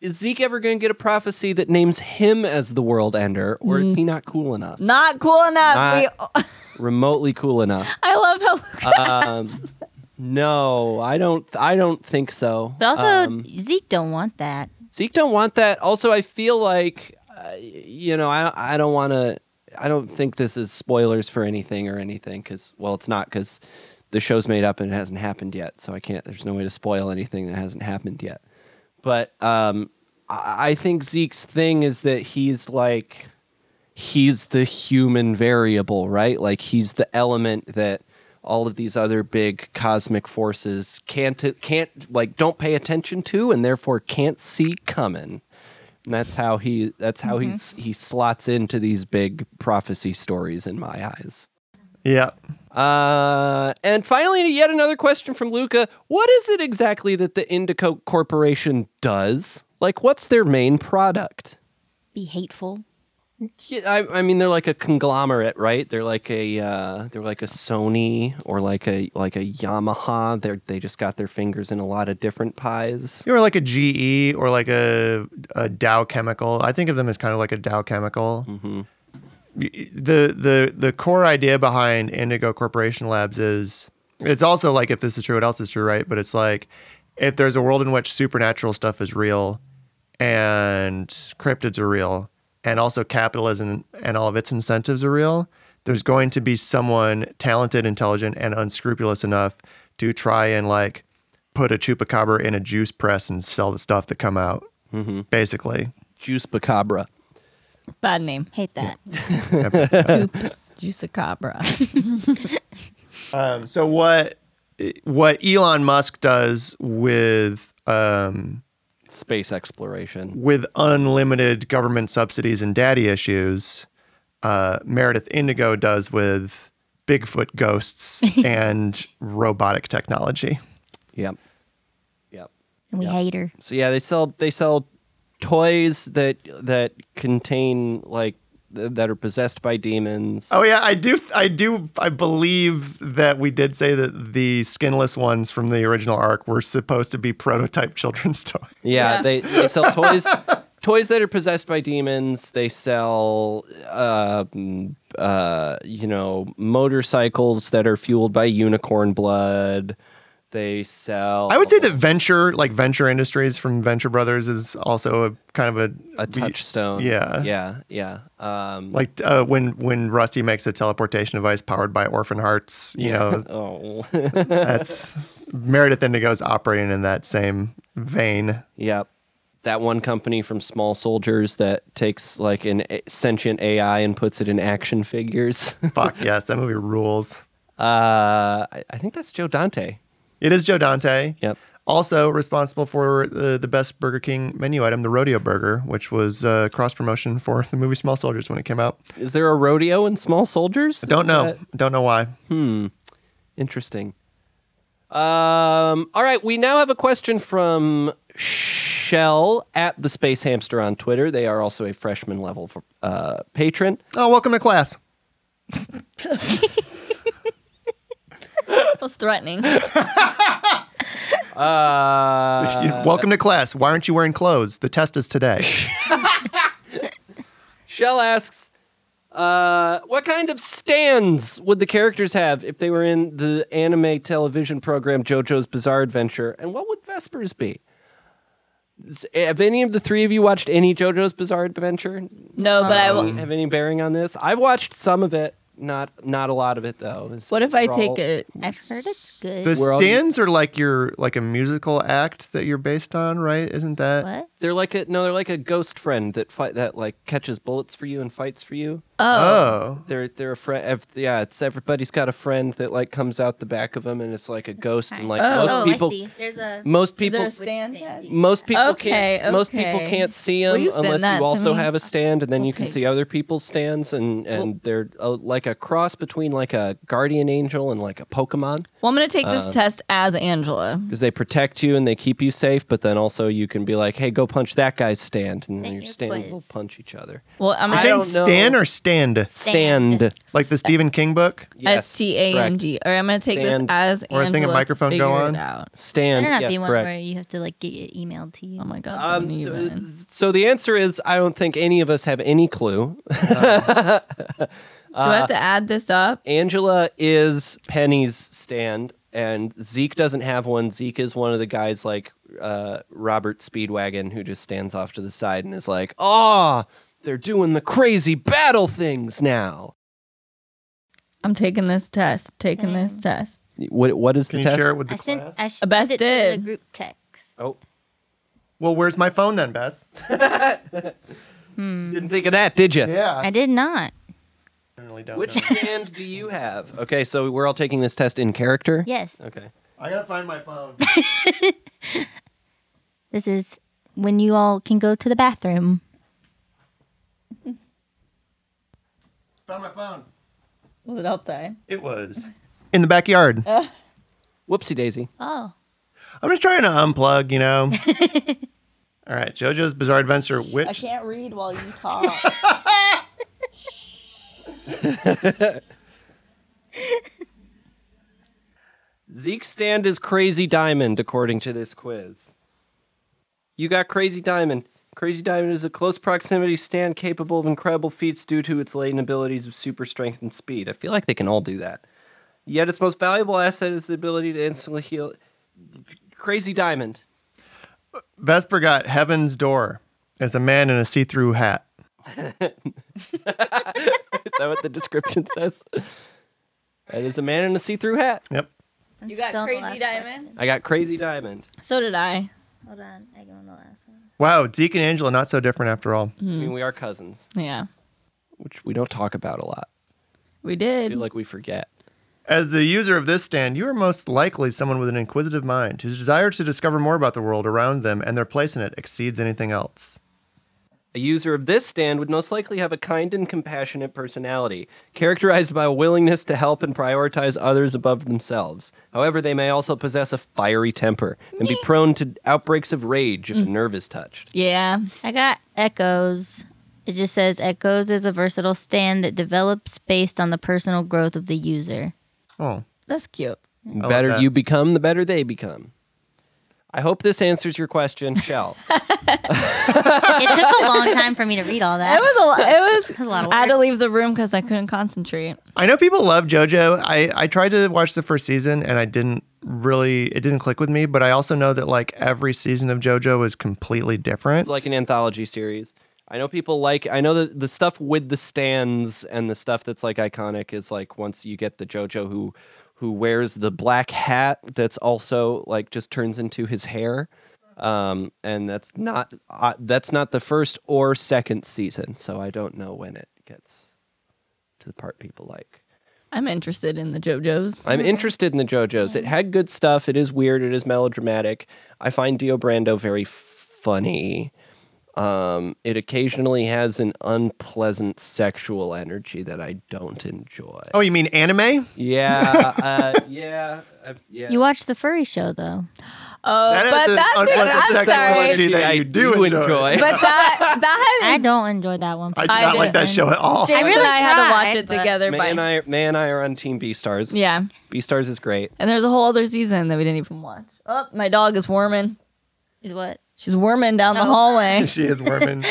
Speaker 2: Is Zeke ever going to get a prophecy that names him as the world ender, or is he not cool enough?
Speaker 4: Not cool enough.
Speaker 2: Not-
Speaker 4: we,
Speaker 2: Remotely cool enough?
Speaker 4: I love how Luca
Speaker 2: Um, no, I don't. I don't think so.
Speaker 3: But also,
Speaker 2: Um,
Speaker 3: Zeke don't want that.
Speaker 2: Zeke don't want that. Also, I feel like uh, you know, I I don't want to. I don't think this is spoilers for anything or anything because well, it's not because the show's made up and it hasn't happened yet. So I can't. There's no way to spoil anything that hasn't happened yet. But um, I, I think Zeke's thing is that he's like he's the human variable, right? Like he's the element that all of these other big cosmic forces can't can't like don't pay attention to and therefore can't see coming. And that's how he that's how he's he slots into these big prophecy stories in my eyes.
Speaker 1: Yeah.
Speaker 2: Uh, and finally, yet another question from Luca. What is it exactly that the Indico Corporation does? Like, what's their main product?
Speaker 3: Be hateful.
Speaker 2: Yeah, I, I mean they're like a conglomerate, right? They're like a uh, they're like a Sony or like a like a Yamaha. They they just got their fingers in a lot of different pies.
Speaker 1: You were like a GE or like a, a Dow Chemical. I think of them as kind of like a Dow Chemical. The the the core idea behind Indigo Corporation Labs is it's also like if this is true, what else is true, right? But it's like if there's a world in which supernatural stuff is real and cryptids are real, and also capitalism and all of its incentives are real, there's going to be someone talented, intelligent, and unscrupulous enough to try and like put a chupacabra in a juice press and sell the stuff that come out. Basically,
Speaker 2: Juice Bacabra.
Speaker 4: bad name.
Speaker 3: Hate that.
Speaker 4: Oops, Juicacabra.
Speaker 1: Um, so what what Elon Musk does with um,
Speaker 2: Space exploration.
Speaker 1: with unlimited government subsidies and daddy issues, uh, Meredith Indigo does with Bigfoot ghosts and robotic technology.
Speaker 2: Yep. Yep.
Speaker 3: And we
Speaker 2: Yeah.
Speaker 3: hate her.
Speaker 2: So yeah, they sell they sell toys that that contain like th- that are possessed by demons.
Speaker 1: Oh yeah, I do. I do. I believe that we did say that the skinless ones from the original arc were supposed to be prototype children's toys.
Speaker 2: Yeah,
Speaker 4: Yeah.
Speaker 2: They, they sell toys toys that are possessed by demons. They sell uh, mm, uh, you know motorcycles that are fueled by unicorn blood. They sell.
Speaker 1: I would say that venture, like venture industries from Venture Brothers, is also a kind of a,
Speaker 2: a touchstone.
Speaker 1: Yeah.
Speaker 2: yeah, yeah. Um,
Speaker 1: Like uh, when when Rusty makes a teleportation device powered by orphan hearts, you know,
Speaker 2: oh,
Speaker 1: that's Meredith Indigo's operating in that same vein.
Speaker 2: yep. That one company from Small Soldiers that takes like an a- sentient AI and puts it in action figures.
Speaker 1: Fuck yes, that movie rules.
Speaker 2: uh, I, I think that's Joe Dante.
Speaker 1: It is Joe Dante.
Speaker 2: Yep.
Speaker 1: Also responsible for the, the best Burger King menu item, the Rodeo Burger, which was uh, cross promotion for the movie Small Soldiers when it came out.
Speaker 2: Is there a rodeo in Small Soldiers?
Speaker 1: Don't
Speaker 2: Is
Speaker 1: know.
Speaker 2: that-
Speaker 1: Don't know why.
Speaker 2: Interesting. Um, all right, we now have a question from Shell at the Space Hamster on Twitter. They are also a freshman level uh, patron.
Speaker 1: Oh, welcome to class.
Speaker 4: That was threatening. That
Speaker 2: Uh,
Speaker 1: welcome to class. Why aren't you wearing clothes? The test is today.
Speaker 2: Shell asks, uh, what kind of stands would the characters have if they were in the anime television program JoJo's Bizarre Adventure? And what would Vespers be? S- Have any of the three of you watched any JoJo's Bizarre Adventure?
Speaker 4: No, but I
Speaker 2: Does
Speaker 4: will.
Speaker 2: it have any bearing on this? I've watched some of it, not not a lot of it though. It's-
Speaker 4: What if I
Speaker 2: we're all-
Speaker 4: take it?
Speaker 3: I've heard it's good.
Speaker 1: The
Speaker 2: We're all-
Speaker 1: stands are like your like a musical act that you're based on, right? Isn't that?
Speaker 3: what?
Speaker 2: They're like a no, they're like a ghost friend that fight that like catches bullets for you and fights for you.
Speaker 4: Uh.
Speaker 1: Oh,
Speaker 2: They're they're a friend. Yeah, it's everybody's got a friend that like comes out the back of them and it's like a ghost and like
Speaker 4: Oh.
Speaker 2: most
Speaker 3: oh,
Speaker 2: people
Speaker 3: I see. There's a.
Speaker 2: most people
Speaker 4: Is there a stand? yet?
Speaker 2: most people
Speaker 4: Okay,
Speaker 2: can't most people
Speaker 4: okay.
Speaker 2: can't see
Speaker 4: Will
Speaker 2: them
Speaker 4: you send
Speaker 2: unless
Speaker 4: that
Speaker 2: you
Speaker 4: to
Speaker 2: also
Speaker 4: me?
Speaker 2: have a stand and then
Speaker 4: We'll
Speaker 2: you can
Speaker 4: take
Speaker 2: see other people's stands and and they're uh, like a cross between like a guardian angel and like a pokemon
Speaker 4: Well, I'm gonna take
Speaker 2: Uh,
Speaker 4: this test as Angela.
Speaker 2: because they protect you and they keep you safe, but then also you can be like, "Hey, go punch that guy's stand," and then
Speaker 3: Make
Speaker 2: your
Speaker 3: your
Speaker 2: stands
Speaker 3: quiz.
Speaker 2: will punch each other.
Speaker 4: Well, I'm
Speaker 2: I
Speaker 1: saying
Speaker 2: don't know.
Speaker 1: Stan or Stand.
Speaker 2: Stand.
Speaker 3: Stand.
Speaker 1: Like the Stephen King book.
Speaker 2: Yes,
Speaker 4: S T A N D. Or I'm gonna take
Speaker 2: Stand.
Speaker 4: this as
Speaker 1: Or I think a
Speaker 4: Angela to
Speaker 1: microphone go
Speaker 4: figure it
Speaker 1: on.
Speaker 4: out.
Speaker 2: correct. Stand.
Speaker 3: Better not
Speaker 2: Yes,
Speaker 3: be one
Speaker 2: correct.
Speaker 3: where you have to like get it emailed to you.
Speaker 4: Oh my god!
Speaker 2: Um,
Speaker 4: don't
Speaker 2: so,
Speaker 4: even.
Speaker 2: so the answer is I don't think any of us have any clue.
Speaker 4: Do I have to add this up?
Speaker 2: Angela is Penny's stand, and Zeke doesn't have one. Zeke is one of the guys like uh, Robert Speedwagon who just stands off to the side and is like, "Ah, they're doing the crazy battle things now."
Speaker 4: I'm taking this test. Taking this test.
Speaker 2: What what is
Speaker 1: Can
Speaker 2: the
Speaker 1: you
Speaker 2: test?
Speaker 1: share it with the
Speaker 3: I sent,
Speaker 1: class?
Speaker 3: I sh- sent
Speaker 4: Best
Speaker 3: it to the
Speaker 4: did.
Speaker 3: group text.
Speaker 2: Oh,
Speaker 1: well, where's my phone then, Beth?
Speaker 2: didn't think of that, did you?
Speaker 1: Yeah.
Speaker 3: I did not.
Speaker 1: I really don't
Speaker 2: Which
Speaker 1: know.
Speaker 2: stand do you have? Okay, so we're all taking this test in character.
Speaker 3: Yes.
Speaker 2: Okay.
Speaker 1: I gotta find my phone.
Speaker 3: This is when you all can go to the bathroom.
Speaker 1: found my phone.
Speaker 4: Was it outside?
Speaker 1: It was in the backyard.
Speaker 2: Oh. Whoopsie daisy.
Speaker 3: Oh.
Speaker 1: I'm just trying to unplug, you know. All right, JoJo's Bizarre Adventure.
Speaker 4: I
Speaker 1: Which
Speaker 4: can't read while you talk.
Speaker 2: Zeke's stand is Crazy Diamond, according to this quiz. You got Crazy Diamond. Crazy Diamond is a close proximity stand capable of incredible feats due to its latent abilities of super strength and speed. I feel like they can all do that. Yet its most valuable asset is the ability to instantly heal. Crazy Diamond.
Speaker 1: Vesper got Heaven's Door as a man in a see-through hat.
Speaker 2: Is that what the description says? That is a man in a see through hat.
Speaker 1: Yep.
Speaker 4: you got
Speaker 3: Still the
Speaker 4: crazy
Speaker 3: last
Speaker 4: diamond.
Speaker 2: I got Crazy Diamond.
Speaker 4: So did I.
Speaker 3: Hold on. I go on the last one.
Speaker 1: Wow, Zeke and Angela not so different after all.
Speaker 2: I mean, we are cousins,
Speaker 4: Yeah,
Speaker 2: which we don't talk about a lot.
Speaker 4: we
Speaker 2: I
Speaker 4: did.
Speaker 2: feel like we forget.
Speaker 1: As the user of this stand, you are most likely someone with an inquisitive mind whose desire to discover more about the world around them and their place in it exceeds anything else.
Speaker 2: A user of this stand would most likely have a kind and compassionate personality, characterized by a willingness to help and prioritize others above themselves. However, they may also possess a fiery temper and be prone to outbreaks of rage if a nerve is touched.
Speaker 4: yeah.
Speaker 3: I got echoes. It just says echoes is a versatile stand that develops based on the personal growth of the user.
Speaker 1: Oh,
Speaker 4: That's cute.
Speaker 2: The
Speaker 1: like
Speaker 2: better
Speaker 1: that.
Speaker 2: you become, the better they become. I hope this answers your question, Shell.
Speaker 3: it took a long time for me to read all that.
Speaker 4: It was a. lo- It
Speaker 3: was
Speaker 4: was.
Speaker 3: a lot of
Speaker 4: I had to
Speaker 3: work.
Speaker 4: leave the room because I couldn't concentrate.
Speaker 1: I know people love JoJo. I, I tried to watch the first season and I didn't really, it didn't click with me, but I also know that like every season of JoJo is completely different.
Speaker 2: It's like an anthology series. I know people like. I know that the stuff with the stands and the stuff that's like iconic is like once you get the JoJo who who wears the black hat that's also like just turns into his hair. Um, and that's not uh, that's not the first or second season, so I don't know when it gets to the part people like.
Speaker 4: I'm interested in the JoJo's.
Speaker 2: I'm interested in the JoJo's. It had good stuff. It is weird. It is melodramatic. I find Dio Brando very funny. Um, it occasionally has an unpleasant sexual energy that I don't enjoy.
Speaker 1: oh, you mean anime?
Speaker 2: Yeah, uh, yeah, uh, yeah.
Speaker 3: You watched the furry show though.
Speaker 4: Oh,
Speaker 1: That is
Speaker 4: but
Speaker 1: an
Speaker 4: that's.
Speaker 1: unpleasant
Speaker 4: I'm
Speaker 1: sexual
Speaker 4: sorry.
Speaker 1: energy. that you do enjoy.
Speaker 4: But that that
Speaker 3: I
Speaker 4: is
Speaker 3: don't enjoy that one.
Speaker 1: I did
Speaker 4: I
Speaker 1: not like that
Speaker 3: didn't.
Speaker 1: show at all.
Speaker 4: James
Speaker 3: I really
Speaker 4: and I had to watch
Speaker 3: tried,
Speaker 4: it
Speaker 3: but-
Speaker 4: together.
Speaker 2: May
Speaker 4: by-
Speaker 2: and I, May and I are on Team B Stars.
Speaker 4: yeah,
Speaker 2: B Stars is great.
Speaker 4: and there's a whole other season that we didn't even watch. Oh, my dog is warming.
Speaker 3: What?
Speaker 4: She's warming down
Speaker 1: Oh.
Speaker 4: the hallway.
Speaker 1: she is worming.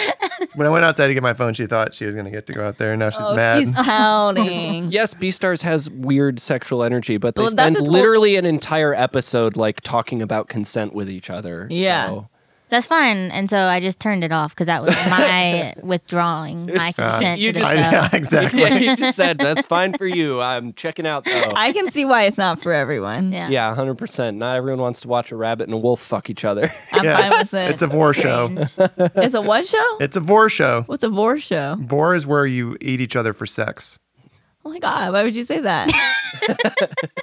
Speaker 1: when I went outside to get my phone, she thought she was going to get to go out there, and now she's
Speaker 4: Oh,
Speaker 1: mad.
Speaker 4: she's pouting.
Speaker 2: Yes, B Stars has weird sexual energy, but they
Speaker 4: Well, that's
Speaker 2: spend
Speaker 4: its whole-
Speaker 2: literally an entire episode like talking about consent with each other.
Speaker 4: Yeah.
Speaker 2: so-
Speaker 3: That's fine. And so I just turned it off because that was my withdrawing my
Speaker 2: It's-
Speaker 1: uh,
Speaker 3: consent
Speaker 2: you
Speaker 3: to the
Speaker 2: just-
Speaker 1: I,
Speaker 3: show.
Speaker 1: yeah, exactly.
Speaker 2: yeah, you just said that's fine for you. I'm checking out though.
Speaker 4: I can see why it's not for everyone.
Speaker 3: Yeah.
Speaker 2: yeah, hundred percent. Not everyone wants to watch a rabbit and a wolf fuck each other.
Speaker 4: I'm fine
Speaker 1: Yeah,
Speaker 4: with it.
Speaker 1: it's a vor show.
Speaker 3: Strange.
Speaker 4: It's a what show?
Speaker 1: It's a vor show.
Speaker 4: What's a vor show?
Speaker 1: Vor is where you eat each other for sex.
Speaker 4: Oh my god, why would you say that?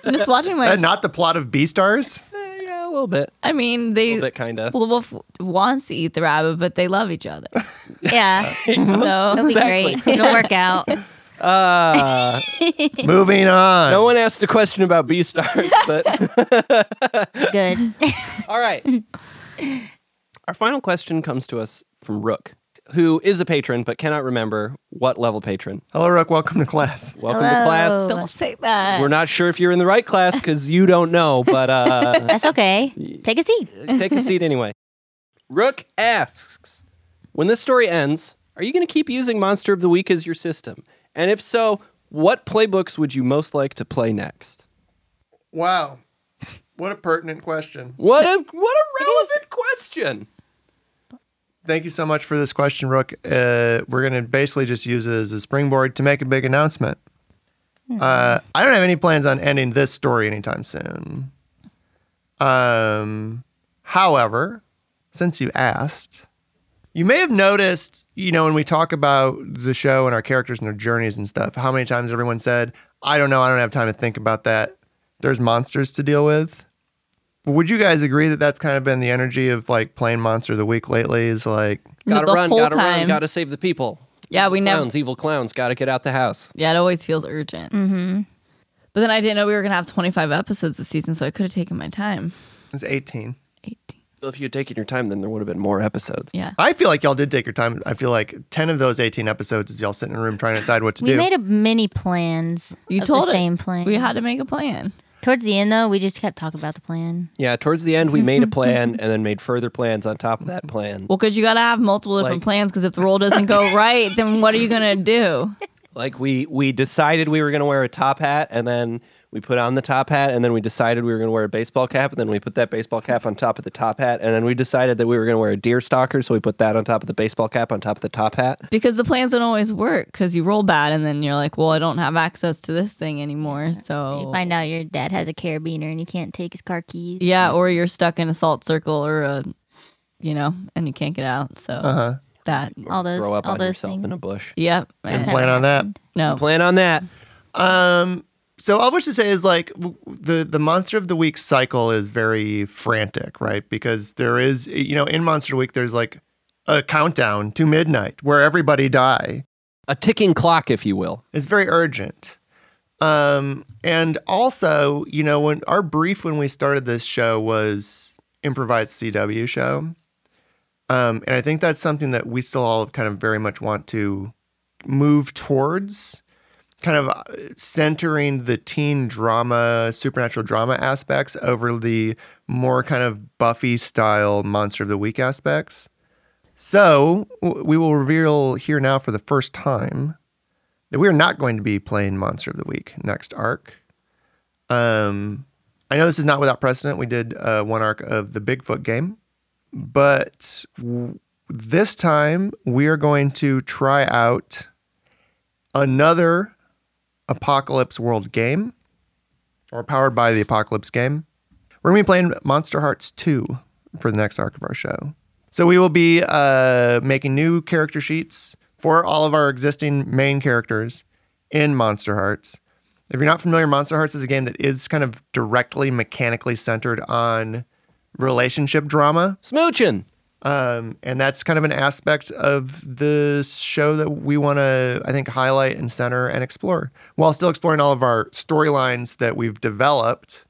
Speaker 4: I'm just watching my.
Speaker 1: That not the plot of B Stars.
Speaker 2: Eh, yeah, a little bit,
Speaker 4: I mean,
Speaker 2: a
Speaker 4: they
Speaker 2: little bit, kind of.
Speaker 4: well, the wolf wants to eat the rabbit, but they love each other.
Speaker 3: yeah. It'll
Speaker 4: So
Speaker 3: be great. It'll work out.
Speaker 2: Uh,
Speaker 1: Moving on.
Speaker 2: no one asked a question about B stars, but
Speaker 3: Good.
Speaker 2: all right. Our final question comes to us from Rook. who is a patron but cannot remember what level patron.
Speaker 1: Hello, Rook. Welcome to class.
Speaker 2: Welcome to
Speaker 3: Hello.
Speaker 2: class.
Speaker 4: Don't say that.
Speaker 2: We're not sure if you're in the right class because you don't know, but uh,
Speaker 3: That's okay. Take a seat.
Speaker 2: take a seat anyway. Rook asks When this story ends, are you going to keep using Monster of the Week as your system? And if so, what playbooks would you most like to play next?
Speaker 1: Wow. What a pertinent question.
Speaker 2: What a what a relevant question.
Speaker 1: Thank you so much for this question, Rook. Uh, we're going to basically just use it as a springboard to make a big announcement. Uh, I don't have any plans on ending this story anytime soon. Um, however, since you asked, you may have noticed, you know, when we talk about the show and our characters and their journeys and stuff, how many times everyone said, I don't know, I don't have time to think about that. There's monsters to deal with. Would you guys agree that that's kind of been the energy of like playing Monster of the Week lately? Is like,
Speaker 2: Gotta
Speaker 4: the
Speaker 2: run,
Speaker 4: whole
Speaker 2: gotta
Speaker 4: time.
Speaker 2: run, gotta save the people.
Speaker 4: yeah, we never.
Speaker 2: Clowns, evil clowns, gotta get out the house.
Speaker 4: Yeah, it always feels urgent.
Speaker 3: Mm-hmm.
Speaker 4: But then I didn't know we were gonna have 25 episodes this season, so I could have taken my time.
Speaker 1: it's 18.
Speaker 4: 18.
Speaker 2: Well, if you had taken your time, then there would have been more episodes.
Speaker 4: Yeah.
Speaker 1: I feel like y'all did take your time. I feel like 10 of those 18 episodes is y'all sitting in a room trying to decide what to
Speaker 3: We
Speaker 1: do.
Speaker 3: made a many plans.
Speaker 4: You
Speaker 3: of
Speaker 4: told
Speaker 3: the
Speaker 4: it.
Speaker 3: same plan.
Speaker 4: We had to make a plan.
Speaker 3: Towards the end, though, we just kept talking about the plan.
Speaker 2: Yeah, towards the end, we made a plan and then made further plans on top of that plan.
Speaker 4: Well, because you gotta have multiple different
Speaker 2: Like-
Speaker 4: plans. Because if the roll doesn't go right, then what are you gonna do?
Speaker 2: Like we we decided we were going to wear a top hat, and then we put on the top hat, and then we decided we were going to wear a baseball cap, and then we put that baseball cap on top of the top hat, and then we decided that we were going to wear a deer stalker, so we put that on top of the baseball cap on top of the top hat.
Speaker 4: Because the plans don't always work. Because you roll bad, and then you're like, well, I don't have access to this thing anymore.
Speaker 3: You
Speaker 2: Oh.
Speaker 4: So
Speaker 3: find out your dad has a carabiner and you can't take his car keys.
Speaker 4: yeah, or you're stuck in a salt circle, or a, you know, and you can't get out. So that.
Speaker 3: All those,
Speaker 2: Grow up
Speaker 3: all
Speaker 2: on
Speaker 3: those
Speaker 2: yourself
Speaker 3: things. Oh.
Speaker 2: in a bush.
Speaker 4: Yep.
Speaker 1: and
Speaker 4: eh,
Speaker 1: plan on that.
Speaker 4: No.
Speaker 2: Plan on that.
Speaker 1: Um, so all I wish to say is like w- the the monster of the week cycle is very frantic, right? Because there is you know in monster of the week there's like a countdown to midnight where everybody die.
Speaker 2: A ticking clock, if you will.
Speaker 1: It's very urgent. Um, and also you know when our brief when we started this show was improvised CW show. Um, and I think that's something that we still all kind of very much want to move towards, kind of uh, centering the teen drama, supernatural drama aspects over the more kind of Buffy style Monster of the Week aspects. So w- we will reveal here now for the first time that we are not going to be playing Monster of the Week next arc. Um, I know this is not without precedent. We did uh, one arc of the Bigfoot game, but w- this time we are going to try out another Apocalypse World game, or powered by the Apocalypse game. We're going to be playing Monster Hearts 2 for the next arc of our show. So we will be uh, making new character sheets for all of our existing main characters in Monster Hearts. If you're not familiar, Monster Hearts is a game that is kind of directly mechanically centered on relationship drama.
Speaker 2: Smooching.
Speaker 1: Um, and that's kind of an aspect of the show that we want to, I think, highlight and center and explore while still exploring all of our storylines that we've developed,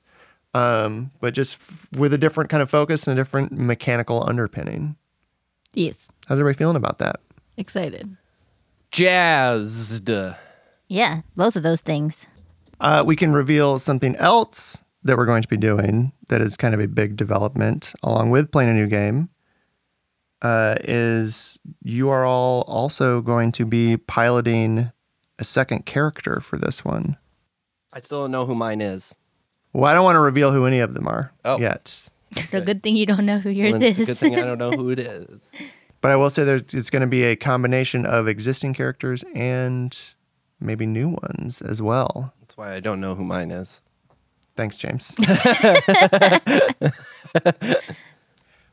Speaker 1: um, but just f- with a different kind of focus and a different mechanical underpinning.
Speaker 4: Yes.
Speaker 1: How's everybody feeling about that?
Speaker 4: Excited.
Speaker 2: Jazzed.
Speaker 3: Yeah, both of those things.
Speaker 1: Uh, we can reveal something else that we're going to be doing that is kind of a big development along with playing a new game. Uh, is you are all also going to be piloting a second character for this one?
Speaker 2: I still don't know who mine is.
Speaker 1: Well, I don't want to reveal who any of them are
Speaker 2: Oh.
Speaker 1: yet,
Speaker 3: So good thing you don't know who yours
Speaker 2: Well, it's a
Speaker 3: is.
Speaker 2: good thing I don't know who it is.
Speaker 1: but I will say there's it's going to be a combination of existing characters and maybe new ones as well.
Speaker 2: That's why I don't know who mine is.
Speaker 1: Thanks, James. but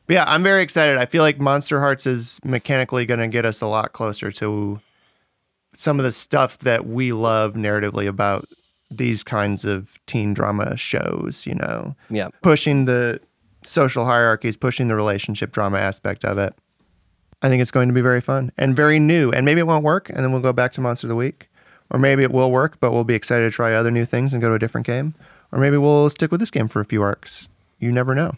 Speaker 1: yeah, I'm very excited. I feel like Monster Hearts is mechanically going to get us a lot closer to some of the stuff that we love narratively about these kinds of teen drama shows, you know,
Speaker 2: Yeah.
Speaker 1: pushing the social hierarchies, pushing the relationship drama aspect of it. I think it's going to be very fun and very new. And maybe it won't work, and then we'll go back to Monster of the Week. Or maybe it will work, but we'll be excited to try other new things and go to a different game. Or maybe we'll stick with this game for a few arcs. You never know.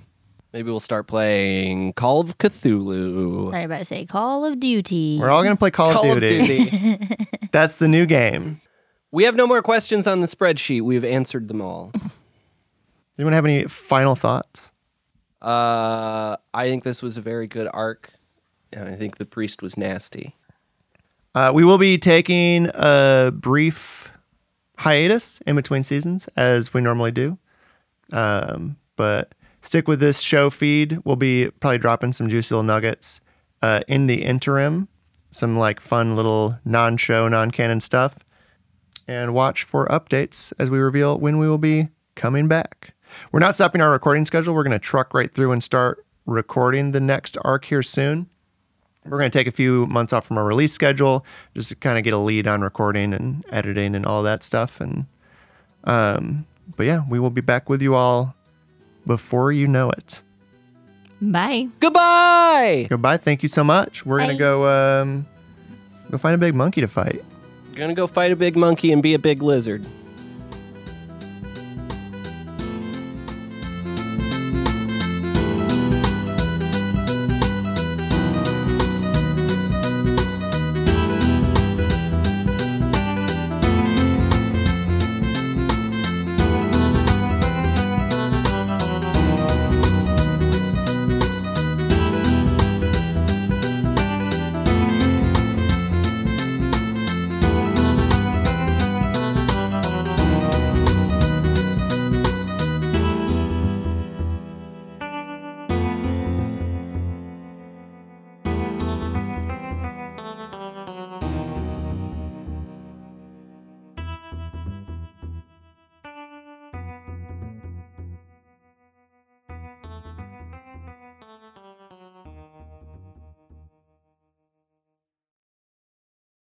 Speaker 2: Maybe we'll start playing Call of Cthulhu.
Speaker 3: Sorry about to say Call of Duty.
Speaker 1: We're all gonna play Call,
Speaker 2: Call
Speaker 1: of, Duty. That's the new game.
Speaker 2: we have no more questions on the spreadsheet. We've answered them all.
Speaker 1: Anyone have any final thoughts?
Speaker 2: Uh, I think this was a very good arc, and I think the priest was nasty.
Speaker 1: Uh, we will be taking a brief hiatus in between seasons, as we normally do. Um, but stick with this show feed. We'll be probably dropping some juicy little nuggets uh, in the interim, some like fun little non show, non canon stuff. And watch for updates as we reveal when we will be coming back. We're not stopping our recording schedule. We're going to truck right through and start recording the next arc here soon we're going to take a few months off from our release schedule just to kind of get a lead on recording and editing and all that stuff and um but yeah we will be back with you all before you know it
Speaker 5: Bye.
Speaker 2: Goodbye.
Speaker 1: goodbye thank you so much we're going to
Speaker 3: Bye.
Speaker 1: go um go find a big monkey to fight
Speaker 2: Gonna go fight a big monkey and be a big lizard.